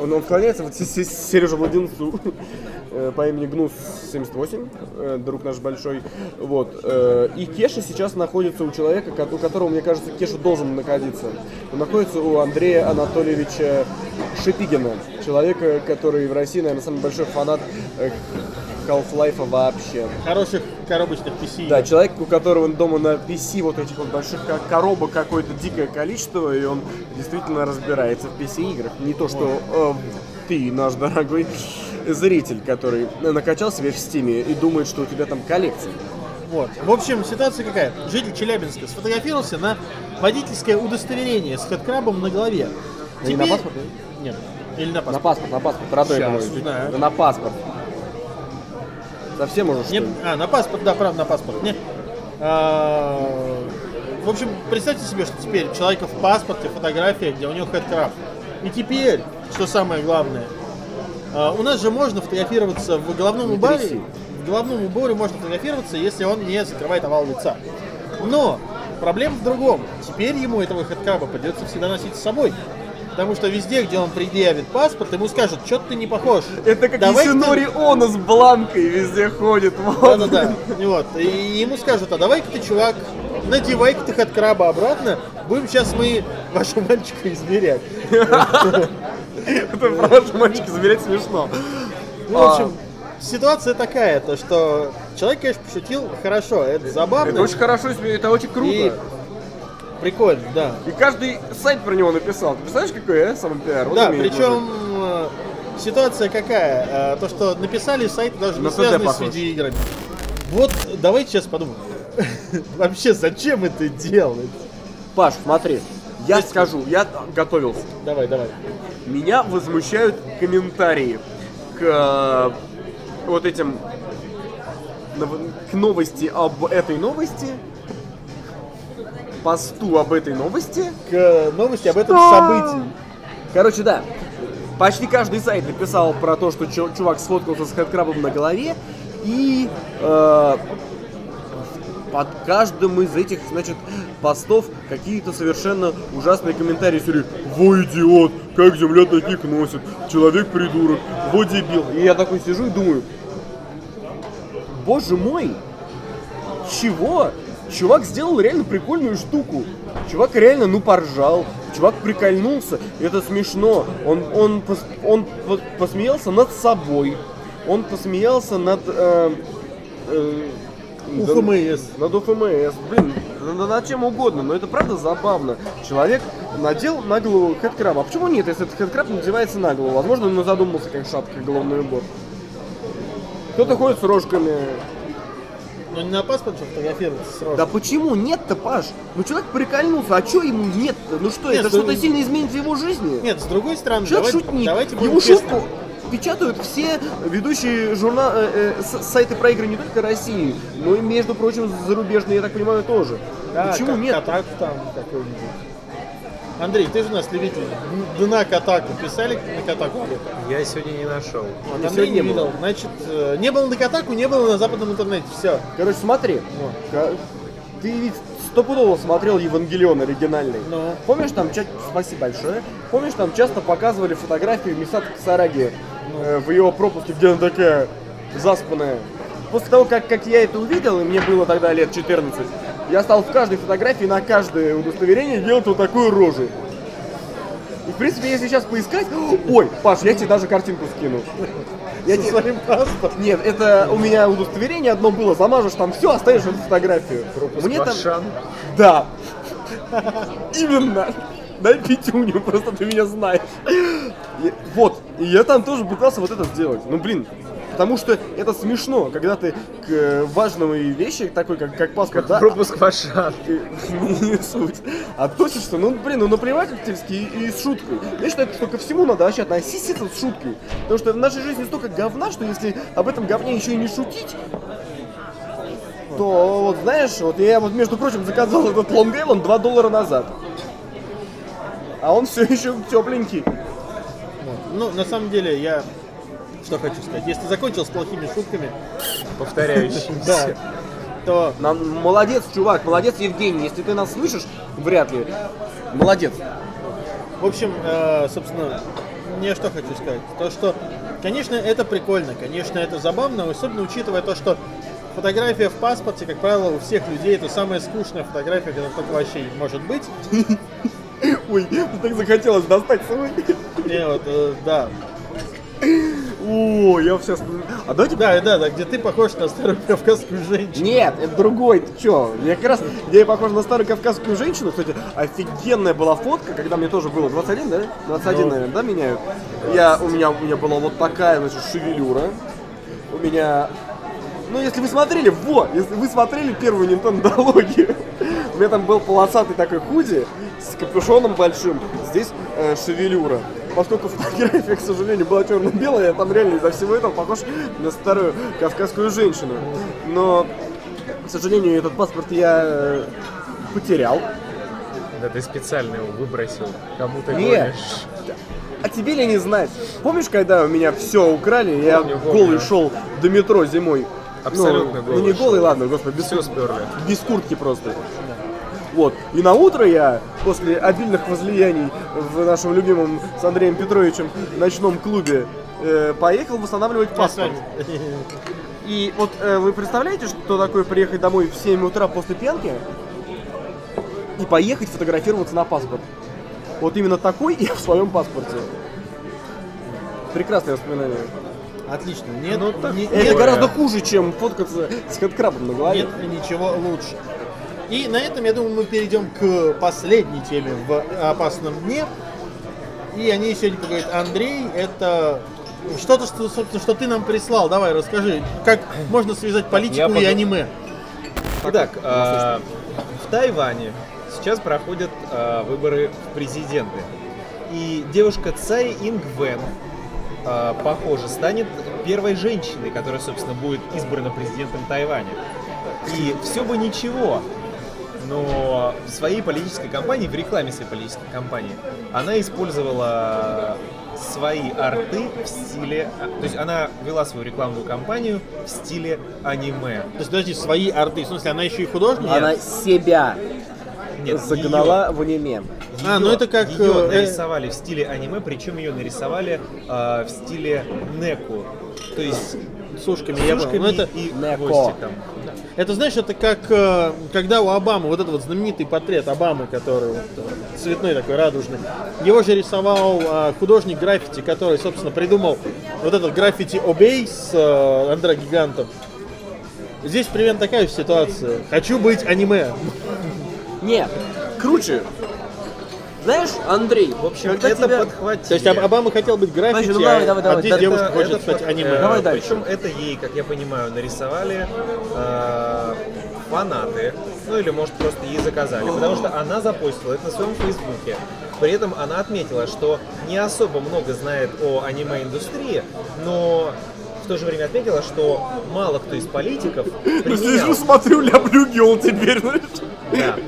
[SPEAKER 2] Он, он вклоняется вот Сереже Владенцу э, по имени Гнус 78, э, друг наш большой. Вот. э, И Кеша сейчас находится у человека, ко- у которого, мне кажется, Кеша должен находиться. Он находится у Андрея Анатольевича Шипигина, человека, который в России, наверное, самый большой фанат э, Half-Life вообще.
[SPEAKER 1] Хороших коробочных PC.
[SPEAKER 2] Да, человек, у которого дома на PC вот этих вот больших ко- коробок какое-то дикое количество, и он действительно разбирается в PC-играх. Не то, что э, ты, наш дорогой зритель, который накачал себе в стиме и думает, что у тебя там коллекция.
[SPEAKER 1] Вот. В общем, ситуация какая. Житель Челябинска сфотографировался на водительское удостоверение с хэдкрабом на голове.
[SPEAKER 2] И на паспорте?
[SPEAKER 1] Нет. Или на
[SPEAKER 2] На
[SPEAKER 1] паспорт?
[SPEAKER 2] паспорт, на паспорт, родной
[SPEAKER 1] Щас
[SPEAKER 2] мой.
[SPEAKER 1] узнаю.
[SPEAKER 2] Да на паспорт. Совсем уже что
[SPEAKER 1] Не-
[SPEAKER 2] ли?
[SPEAKER 1] а, на паспорт, да, правда, на паспорт. Не. А, в общем, представьте себе, что теперь у человека в паспорте фотография, где у него хэдкрафт. И теперь, что самое главное, а, у нас же можно фотографироваться в головном
[SPEAKER 2] Не
[SPEAKER 1] уборе.
[SPEAKER 2] тряси.
[SPEAKER 1] В головном уборе можно фотографироваться, если он не закрывает овал лица. Но проблема в другом. Теперь ему этого хэдкраба придется всегда носить с собой. Потому что везде, где он предъявит паспорт, ему скажут, что ты не похож.
[SPEAKER 2] Это как
[SPEAKER 1] Давай-ка ты-
[SPEAKER 2] Исинори Оно с бланкой везде ходит. Вот.
[SPEAKER 1] Да-да-да. И Вот. И ему скажут, а давай-ка ты, чувак, надевай-ка ты от краба обратно, будем сейчас мы вашего мальчика измерять.
[SPEAKER 2] Это правда, мальчики, замерять смешно.
[SPEAKER 1] Ну,
[SPEAKER 2] А.
[SPEAKER 1] в общем, ситуация такая, то что человек, конечно, пошутил хорошо, это
[SPEAKER 2] Это
[SPEAKER 1] забавно.
[SPEAKER 2] очень хорошо, это
[SPEAKER 1] И
[SPEAKER 2] очень круто.
[SPEAKER 1] прикольно, да.
[SPEAKER 2] И каждый сайт про него написал. Ты представляешь, какой, э, самый пиар? Вот
[SPEAKER 1] Да,
[SPEAKER 2] умеет
[SPEAKER 1] причем э, ситуация какая? Э, То, что написали сайт, даже
[SPEAKER 2] На
[SPEAKER 1] не
[SPEAKER 2] ТТ
[SPEAKER 1] связанный с
[SPEAKER 2] похож.
[SPEAKER 1] видеоиграми. Вот давайте сейчас подумаем. Вообще, зачем это делать?
[SPEAKER 2] мужик. Паш, смотри, я скажу, я готовился.
[SPEAKER 1] Давай, давай.
[SPEAKER 2] Меня возмущают комментарии к э, вот этим нов- к новости об этой новости, к посту об этой новости.
[SPEAKER 1] К э, новости об этом
[SPEAKER 2] Что?
[SPEAKER 1] событии.
[SPEAKER 2] Короче, да. Почти каждый сайт написал про то, что чу- чувак сфоткался с хэдкрабом на голове, и э, под каждым из этих, значит, постов какие-то совершенно ужасные комментарии из серии «Во идиот! Как земля таких носит! Человек придурок! Во дебил!» И я такой сижу и думаю, боже мой, чего? Чувак сделал реально прикольную штуку. Чувак реально, ну, поржал. Чувак прикольнулся. Это смешно. Он, он, пос- он пос- посмеялся над собой. Он посмеялся над... э, э, да-
[SPEAKER 1] УФМС.
[SPEAKER 2] над УФМС. Блин, на- на- над чем угодно, но это правда забавно. Человек надел на голову хэдкраб. А почему нет, если этот хэдкраб надевается на голову? Возможно, он задумался, как шапка, головной убор. Кто-то ходит с рожками,
[SPEAKER 1] Но Ну, не на паспорт же фотографироваться сразу.
[SPEAKER 2] да почему нет-то, Паш? Ну человек прикольнулся, а что ему нет-то? Ну что,
[SPEAKER 1] Нет,
[SPEAKER 2] это
[SPEAKER 1] ну-
[SPEAKER 2] что-то сильно изменит в его жизни?
[SPEAKER 1] Нет, с другой стороны,
[SPEAKER 2] Человек
[SPEAKER 1] давайте,
[SPEAKER 2] шутник.
[SPEAKER 1] давайте будем
[SPEAKER 2] Его
[SPEAKER 1] честны.
[SPEAKER 2] шутку печатают все ведущие журнал, э, э, с- сайты про игры не только России, но и, между прочим, зарубежные, я так понимаю, тоже.
[SPEAKER 1] Да,
[SPEAKER 2] Почему
[SPEAKER 1] как
[SPEAKER 2] нет?
[SPEAKER 1] Катак там какой-нибудь. Андрей, ты же у нас любитель дна Катаку. Писали на Катаку?
[SPEAKER 3] Я сегодня не нашел.
[SPEAKER 2] Андрей
[SPEAKER 1] Андрей
[SPEAKER 2] не
[SPEAKER 1] не
[SPEAKER 2] было.
[SPEAKER 1] видел. Значит, э, не было на Катаку, не было на западном интернете. Все.
[SPEAKER 2] Короче, смотри,
[SPEAKER 1] Ну.
[SPEAKER 2] Ка- ты ведь стопудово смотрел Евангелион оригинальный.
[SPEAKER 1] Ну.
[SPEAKER 2] Помнишь, там ча- спасибо большое. Помнишь, там часто показывали фотографии Мисата Ксараги э, в ее пропуске, где она такая заспанная. После того, как, как я это увидел, и мне было тогда лет 14, я стал в каждой фотографии на каждое удостоверение делать вот такую рожу. И, в принципе, если сейчас поискать... Ой, Паш, я тебе даже картинку скину. Я
[SPEAKER 1] Со
[SPEAKER 2] тебе-
[SPEAKER 1] своим паспортом.
[SPEAKER 2] нет, это у меня удостоверение одно было, замажешь там все, оставишь эту фотографию. Мне там...
[SPEAKER 3] Квашан.
[SPEAKER 2] Да. Именно. Дай пятюню, просто ты меня знаешь. И- вот, и я там тоже пытался вот это сделать. Ну, блин, потому что это смешно, когда ты к э, важной вещи, такой как, как паспорт, да,
[SPEAKER 3] Пропуск Квашан.
[SPEAKER 2] ты- не суть. Относишься, ну блин, ну наплевать активски и, и с шуткой. Я считаю, что ко всему надо вообще относиться с шуткой. Потому что в нашей жизни столько говна, что если об этом говне еще и не шутить, то вот знаешь, вот я вот между прочим заказал этот Long Island 2 доллара назад. А он все еще тепленький.
[SPEAKER 1] Вот. Ну, на самом деле, я что хочу сказать. Если закончил с плохими шутками, да,
[SPEAKER 3] Повторяющийся.
[SPEAKER 1] то
[SPEAKER 2] Нам, молодец, чувак, молодец, Евгений. Если ты нас слышишь, вряд ли. Молодец.
[SPEAKER 1] В общем, э, собственно, мне что хочу сказать. То, что, конечно, это прикольно, конечно, это забавно, особенно учитывая то, что фотография в паспорте, как правило, у всех людей это самая скучная фотография, которая только вообще может быть.
[SPEAKER 2] Ой, так захотелось достать свой.
[SPEAKER 1] И вот, э, да.
[SPEAKER 2] О, я сейчас... А давайте...
[SPEAKER 1] Да, да, да, где ты похож на старую кавказскую женщину.
[SPEAKER 2] Нет, это другой, ты чё? Я как раз, я и похож на старую кавказскую женщину, кстати, офигенная была фотка, когда мне тоже было 21, да? 21,
[SPEAKER 1] Ну.
[SPEAKER 2] наверное, да, меняют? Я, у меня, у меня была вот такая, значит, шевелюра. У меня... Ну, если вы смотрели, во, если вы смотрели первую Нинтендологию, у меня там был полосатый такой худи с капюшоном большим, здесь э, шевелюра. поскольку фотография, к сожалению, была черно-белая, я там реально из-за всего этого похож на старую кавказскую женщину. Но, к сожалению, этот паспорт я э, потерял.
[SPEAKER 3] Да ты специально его выбросил. Кому ты
[SPEAKER 2] Не.
[SPEAKER 3] гонишь?
[SPEAKER 2] А тебе ли не знать? Помнишь, когда у меня все украли, я
[SPEAKER 3] Помню, помню.
[SPEAKER 2] голый шел до метро зимой?
[SPEAKER 3] Абсолютно
[SPEAKER 2] ну,
[SPEAKER 3] голый
[SPEAKER 2] Ну не голый,
[SPEAKER 3] шел.
[SPEAKER 2] ладно, господи, без,
[SPEAKER 3] Все сперли.
[SPEAKER 2] без куртки просто. Вот. И на утро я, после обильных возлияний в нашем любимом с Андреем Петровичем ночном клубе, э, поехал восстанавливать паспорт. И вот э, вы представляете, что такое приехать домой в 7 утра после пьянки и поехать фотографироваться на паспорт? Вот именно такой я в своем паспорте. Прекрасное воспоминание.
[SPEAKER 1] Отлично. Нет,
[SPEAKER 3] Ну, так-
[SPEAKER 1] не-
[SPEAKER 2] Это
[SPEAKER 1] нет-
[SPEAKER 2] гораздо хуже, чем фоткаться с хэдкрабом на голове.
[SPEAKER 1] нет ничего лучше. И на этом, я думаю, мы перейдем к последней теме в опасном дне. И о ней сегодня поговорит Андрей. Это что-то, что, собственно, что ты нам прислал. Давай, расскажи, как можно связать политику и
[SPEAKER 3] подумал.
[SPEAKER 1] аниме.
[SPEAKER 3] Итак, а, в Тайване сейчас проходят а, выборы в президенты. И девушка Цай Ингвен, а, похоже, станет первой женщиной, которая, собственно, будет избрана президентом Тайваня. И все бы ничего, но в своей политической кампании, в рекламе своей политической кампании, она использовала свои арты в стиле... а, То есть она вела свою рекламную кампанию в стиле аниме.
[SPEAKER 1] То есть, подожди, свои арты. В смысле, она еще и художница?
[SPEAKER 2] Она себя
[SPEAKER 3] Нет,
[SPEAKER 2] загнала в аниме.
[SPEAKER 1] А, ну это как,
[SPEAKER 3] Ее
[SPEAKER 1] э,
[SPEAKER 3] нарисовали в стиле аниме, причем ее нарисовали э, в стиле неку. То есть
[SPEAKER 1] С ушками,
[SPEAKER 3] с
[SPEAKER 1] я понял.
[SPEAKER 3] ушками
[SPEAKER 1] Ну, это,
[SPEAKER 3] и
[SPEAKER 2] неко.
[SPEAKER 3] хвостиком.
[SPEAKER 1] это, знаешь, это как э, когда у Обамы, вот этот вот знаменитый портрет Обамы, который вот, э, цветной такой, радужный, его же рисовал э, художник граффити, который, собственно, придумал вот этот граффити Обей с э, Андре Гигантом. Здесь примерно такая же ситуация. Хочу быть аниме.
[SPEAKER 2] Нет, круче. Знаешь, Андрей,
[SPEAKER 3] В общем,
[SPEAKER 2] когда
[SPEAKER 3] это
[SPEAKER 2] тебя-
[SPEAKER 3] подхватили.
[SPEAKER 1] То есть Об- Обама хотел быть граффити,
[SPEAKER 2] Подожди, ну давай,
[SPEAKER 1] а-
[SPEAKER 2] давай,
[SPEAKER 1] а
[SPEAKER 2] давай,
[SPEAKER 1] здесь
[SPEAKER 2] да-
[SPEAKER 1] девушка
[SPEAKER 3] Это-
[SPEAKER 1] хочет
[SPEAKER 3] это
[SPEAKER 1] стать
[SPEAKER 3] под-
[SPEAKER 1] аниме.
[SPEAKER 3] э,
[SPEAKER 2] Давай дальше.
[SPEAKER 3] Причем это ей, как я понимаю, нарисовали э, фанаты. Ну или может просто ей заказали. Потому что она запостила это на своем фейсбуке. При этом она отметила, что не особо много знает о аниме-индустрии, но в то же время отметила, что мало кто из политиков
[SPEAKER 2] Ну,
[SPEAKER 3] применял.
[SPEAKER 2] сижу, смотрю, ляплю гел теперь,
[SPEAKER 3] Да.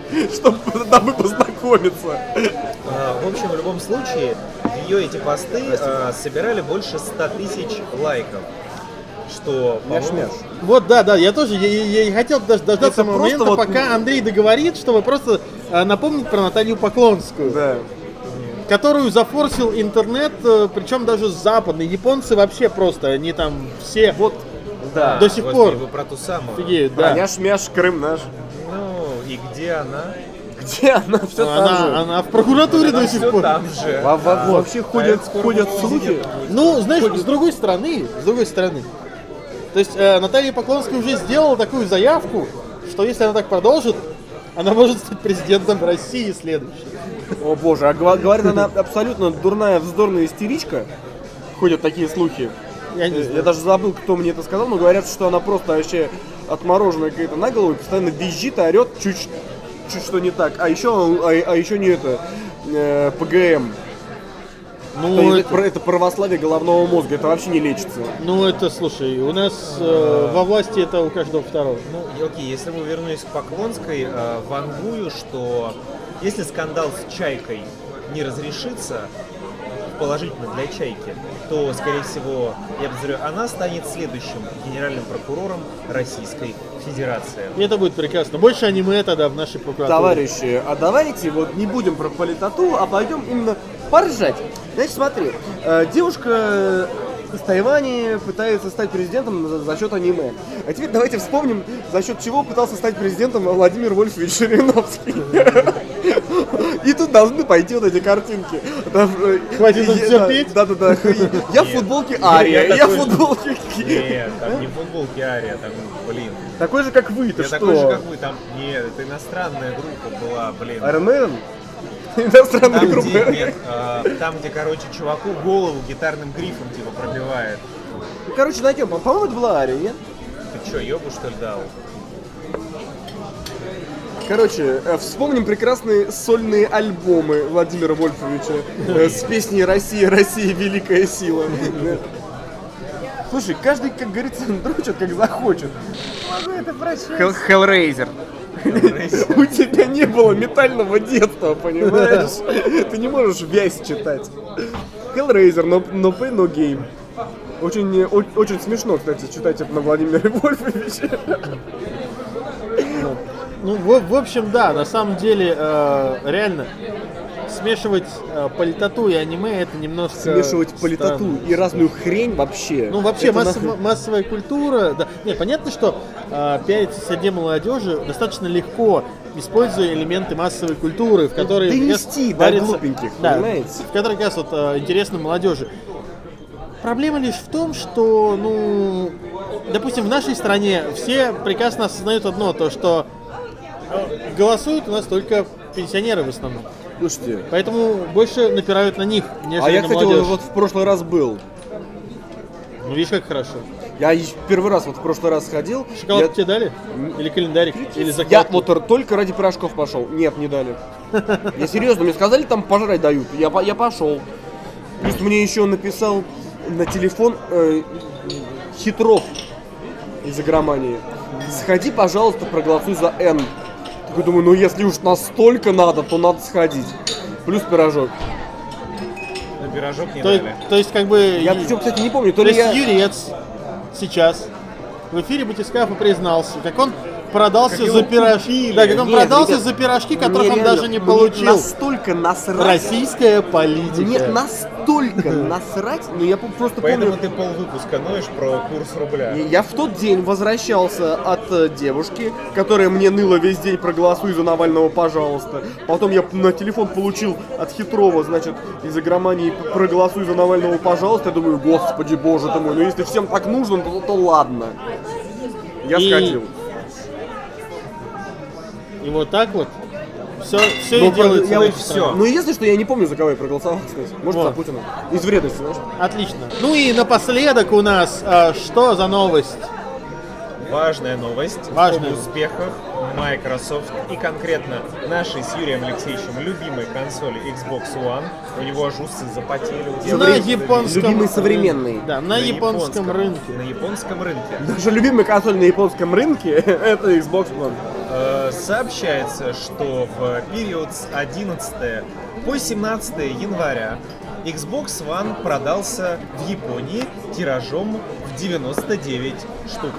[SPEAKER 2] знаешь, чтобы дабы познакомиться.
[SPEAKER 3] А, В общем, в любом случае, ее эти посты а, собирали больше 100 тысяч лайков. Что, по-моему,
[SPEAKER 1] Вот, да, да, я тоже, я, я- я и хотел даже дождаться
[SPEAKER 2] Это
[SPEAKER 1] этого
[SPEAKER 2] просто
[SPEAKER 1] момента,
[SPEAKER 2] вот-
[SPEAKER 1] пока Андрей договорит, чтобы просто э, напомнить про Наталью Поклонскую.
[SPEAKER 2] Да.
[SPEAKER 1] которую зафорсил интернет, э, причем даже западный. Японцы вообще просто, они там все
[SPEAKER 2] Вот, да.
[SPEAKER 1] до сих
[SPEAKER 3] Господи,
[SPEAKER 1] пор
[SPEAKER 3] Вы про ту самую.
[SPEAKER 1] офигеют, да.
[SPEAKER 2] Аняш, мяш, Крым наш.
[SPEAKER 3] Ну, и где она?
[SPEAKER 2] Где она? Все
[SPEAKER 1] Она,
[SPEAKER 2] там же.
[SPEAKER 1] она в прокуратуре
[SPEAKER 3] Она
[SPEAKER 1] до сих
[SPEAKER 3] всё
[SPEAKER 1] пор.
[SPEAKER 3] там же.
[SPEAKER 2] Во- во-
[SPEAKER 3] А,
[SPEAKER 2] Вообще ходят,
[SPEAKER 3] скоро
[SPEAKER 2] ходят
[SPEAKER 3] нового
[SPEAKER 2] слухи.
[SPEAKER 3] президента будет.
[SPEAKER 1] Ну, знаешь, с другой стороны, с другой стороны. То есть э, Наталья Поклонская уже сделала такую заявку, что если она так продолжит, она может стать президентом России следующей.
[SPEAKER 2] О боже, а гва- говорит она абсолютно дурная, вздорная истеричка. Ходят такие слухи.
[SPEAKER 1] Я не
[SPEAKER 2] Э, Я
[SPEAKER 1] знаю.
[SPEAKER 2] даже забыл, кто мне это сказал, но говорят, что она просто вообще отмороженная какая-то на голову, и постоянно визжит, орет, чуть, чуть что не так. А еще, а, а еще не это, э, ПГМ.
[SPEAKER 1] Ну,
[SPEAKER 2] Это,
[SPEAKER 1] это-
[SPEAKER 2] про- это православие головного мозга, это вообще не лечится.
[SPEAKER 1] ну это, слушай, у нас э, во власти это у каждого второго.
[SPEAKER 3] Ну, и окей, если мы вернулись к Поклонской, э, вангую, что если скандал с Чайкой не разрешится, положительно для Чайки, то, скорее всего, я подозреваю, она станет следующим генеральным прокурором Российской Федерации.
[SPEAKER 1] И это будет прекрасно. Больше аниме тогда в нашей прокуратуре.
[SPEAKER 2] Товарищи, а давайте вот не будем про политоту, а пойдем именно поржать. Значит, смотри, э, девушка из Тайваня пытается стать президентом за, за счет аниме. А теперь давайте вспомним, за счет чего пытался стать президентом Владимир Вольфович Жириновский. И тут должны пойти вот эти картинки. Там, э,
[SPEAKER 1] Хватит
[SPEAKER 2] я-
[SPEAKER 1] их терпеть?
[SPEAKER 2] Да-да-да. Я в
[SPEAKER 3] Нет.
[SPEAKER 2] футболке
[SPEAKER 3] Я
[SPEAKER 2] Ария, я в
[SPEAKER 3] такой же.
[SPEAKER 2] футболке Ки.
[SPEAKER 3] Нет, там не футболки Ария, там, блин.
[SPEAKER 2] Такой же, как вы, ты
[SPEAKER 3] Я такой же,
[SPEAKER 2] что?
[SPEAKER 3] как вы, там, нет, это иностранная группа была, блин.
[SPEAKER 2] Армен? Иностранная
[SPEAKER 3] Там,
[SPEAKER 2] группа.
[SPEAKER 3] где, нет, э, там, где, короче, чуваку голову гитарным грифом, типа, пробивает.
[SPEAKER 2] Ну, Короче, найдем. По- По-моему, это была Ария, нет?
[SPEAKER 3] Ты чё, ёбу, что ли, дал?
[SPEAKER 2] Короче, э, вспомним прекрасные сольные альбомы Владимира Вольфовича э, с песней «Россия, Россия, великая сила». Слушай, каждый, как говорится, дрочит, как захочет.
[SPEAKER 4] Хеллрейзер.
[SPEAKER 2] У тебя не было метального детства, понимаешь? Ты не можешь вязь читать. Hellraiser, но, но pay no game. Очень, э, о- очень смешно, кстати, читать это на Владимире Вольфовиче.
[SPEAKER 1] Ну, в, в общем, да, на самом деле, э, реально, смешивать э, политоту и аниме это немножко.
[SPEAKER 2] Смешивать политоту
[SPEAKER 1] странно.
[SPEAKER 2] и разную хрень вообще.
[SPEAKER 1] Ну, вообще,
[SPEAKER 2] Это
[SPEAKER 1] масс-
[SPEAKER 2] нахрен.
[SPEAKER 1] массовая культура, да. Не, понятно, что э, пиариться среди молодежи достаточно легко, используя элементы массовой культуры, в которые...
[SPEAKER 2] донести
[SPEAKER 1] как раз
[SPEAKER 2] до
[SPEAKER 1] варится-
[SPEAKER 2] глупеньких,
[SPEAKER 1] да,
[SPEAKER 2] понимаете?
[SPEAKER 1] в которые, как раз, вот, э, интересно молодежи. Проблема лишь в том, что, ну, допустим, в нашей стране все прекрасно осознают одно, то, что э, голосуют у нас только пенсионеры в основном.
[SPEAKER 2] Слушайте,
[SPEAKER 1] Поэтому больше напирают на них, нежели
[SPEAKER 2] а я,
[SPEAKER 1] на
[SPEAKER 2] кстати, вот,
[SPEAKER 1] молодежь.
[SPEAKER 2] вот в прошлый раз был.
[SPEAKER 1] Ну, видишь, как хорошо.
[SPEAKER 2] Я и первый раз вот в прошлый раз ходил.
[SPEAKER 1] Шоколад
[SPEAKER 2] я-
[SPEAKER 1] тебе дали? Или календарик? Или
[SPEAKER 2] Я
[SPEAKER 1] закладку?
[SPEAKER 2] вот р- только ради пирожков пошел. Нет, не дали. Я серьезно, мне сказали, там пожрать дают. Я, по- я пошел. Плюс мне еще написал на телефон э, Хитров из игромании. Сходи, пожалуйста, проголосуй за Н. Такой думаю, ну если уж настолько надо, то надо сходить. Плюс пирожок.
[SPEAKER 3] На пирожок не
[SPEAKER 1] то,
[SPEAKER 3] дали.
[SPEAKER 1] то есть, как бы...
[SPEAKER 2] Я
[SPEAKER 1] и-
[SPEAKER 2] причем, кстати, не помню, то
[SPEAKER 1] то
[SPEAKER 2] ли
[SPEAKER 1] есть,
[SPEAKER 2] я...
[SPEAKER 1] Юрец сейчас в эфире Батискафа признался, как он продался
[SPEAKER 3] его
[SPEAKER 1] за пирожки. Да, как он
[SPEAKER 2] Нет,
[SPEAKER 1] продался
[SPEAKER 2] ребят,
[SPEAKER 1] за пирожки, которых
[SPEAKER 2] Мне
[SPEAKER 1] он
[SPEAKER 2] реально-
[SPEAKER 1] даже не
[SPEAKER 2] мне
[SPEAKER 1] получил.
[SPEAKER 2] настолько насрать.
[SPEAKER 1] Российская политика.
[SPEAKER 2] Мне настолько насрать, но я по- просто
[SPEAKER 3] Поэтому
[SPEAKER 2] помню...
[SPEAKER 3] ты пол выпуска ноешь про курс рубля.
[SPEAKER 2] Я в тот день возвращался от э, девушки, которая мне ныла весь день проголосуй за Навального, пожалуйста. Потом я на телефон получил от Хитрова, значит, из игромании п- проголосуй за Навального, пожалуйста. Я думаю, господи, боже ты мой, ну если всем так нужно, то, то ладно. Я
[SPEAKER 1] И-
[SPEAKER 2] сходил.
[SPEAKER 1] И вот так вот все, все
[SPEAKER 2] Но
[SPEAKER 1] и
[SPEAKER 2] Ну, про-
[SPEAKER 1] делается.
[SPEAKER 2] я
[SPEAKER 1] в
[SPEAKER 2] вот
[SPEAKER 1] этой стране.
[SPEAKER 3] всё.
[SPEAKER 2] Ну, если что, я не помню, за кого я проголосовал, кстати. Может, за
[SPEAKER 1] Вот.
[SPEAKER 2] Путина. Из вредности, знаешь.
[SPEAKER 1] Отлично. Ну и напоследок у нас а, что за новость?
[SPEAKER 3] Важная новость
[SPEAKER 1] Важная.
[SPEAKER 3] об успехах Microsoft и конкретно нашей с Юрием Алексеевичем любимой консоли Xbox One. У него аж усы запотели. у
[SPEAKER 1] на
[SPEAKER 3] девушки.
[SPEAKER 1] японском
[SPEAKER 2] любимый
[SPEAKER 1] рынке.
[SPEAKER 2] современный.
[SPEAKER 1] Да, на, японском,
[SPEAKER 3] На
[SPEAKER 1] рынке.
[SPEAKER 3] японском рынке.
[SPEAKER 2] Наша любимая консоль на японском рынке это Xbox One.
[SPEAKER 3] Э, Сообщается, что в период с 11 по 17 января Xbox One продался в Японии тиражом в 99 штук.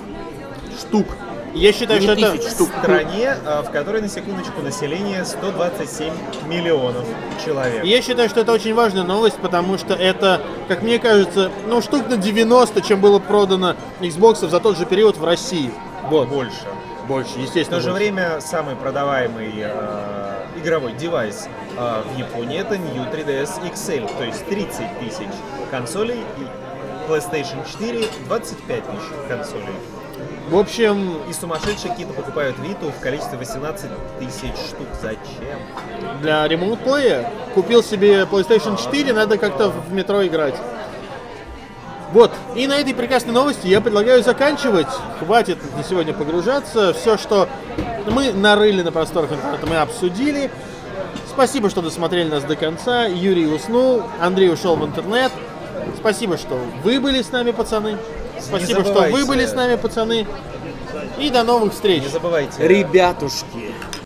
[SPEAKER 2] Штук.
[SPEAKER 1] Я считаю, что это
[SPEAKER 2] тысяч штук.
[SPEAKER 3] В стране, э, в которой, на секундочку, население 127 миллионов человек.
[SPEAKER 1] Я считаю, что это очень важная новость, потому что это, как мне кажется, ну штук на 90, чем было продано Xbox за тот же период в России. Вот.
[SPEAKER 3] Больше.
[SPEAKER 1] Больше,
[SPEAKER 3] В
[SPEAKER 1] естественно.
[SPEAKER 3] то же
[SPEAKER 1] больше.
[SPEAKER 3] время самый продаваемый э, игровой девайс э, в Японии это New 3DS XL, то есть 30 тысяч консолей и PlayStation 4 25 тысяч консолей.
[SPEAKER 1] В общем,
[SPEAKER 3] И сумасшедшие какие-то покупают Виту в количестве 18 тысяч штук. Зачем?
[SPEAKER 1] для Remote Play купил себе PlayStation 4, надо как-то в метро играть. Вот, и на этой прекрасной новости я предлагаю заканчивать. Хватит на сегодня погружаться. Все, что мы нарыли на просторах интернета, мы обсудили. Спасибо, что досмотрели нас до конца. Юрий уснул, Андрей ушел в интернет. Спасибо, что вы были с нами, пацаны. Спасибо, что вы
[SPEAKER 3] забывайте.
[SPEAKER 1] были с нами, пацаны. И до новых встреч.
[SPEAKER 3] Не забывайте.
[SPEAKER 2] Ребятушки.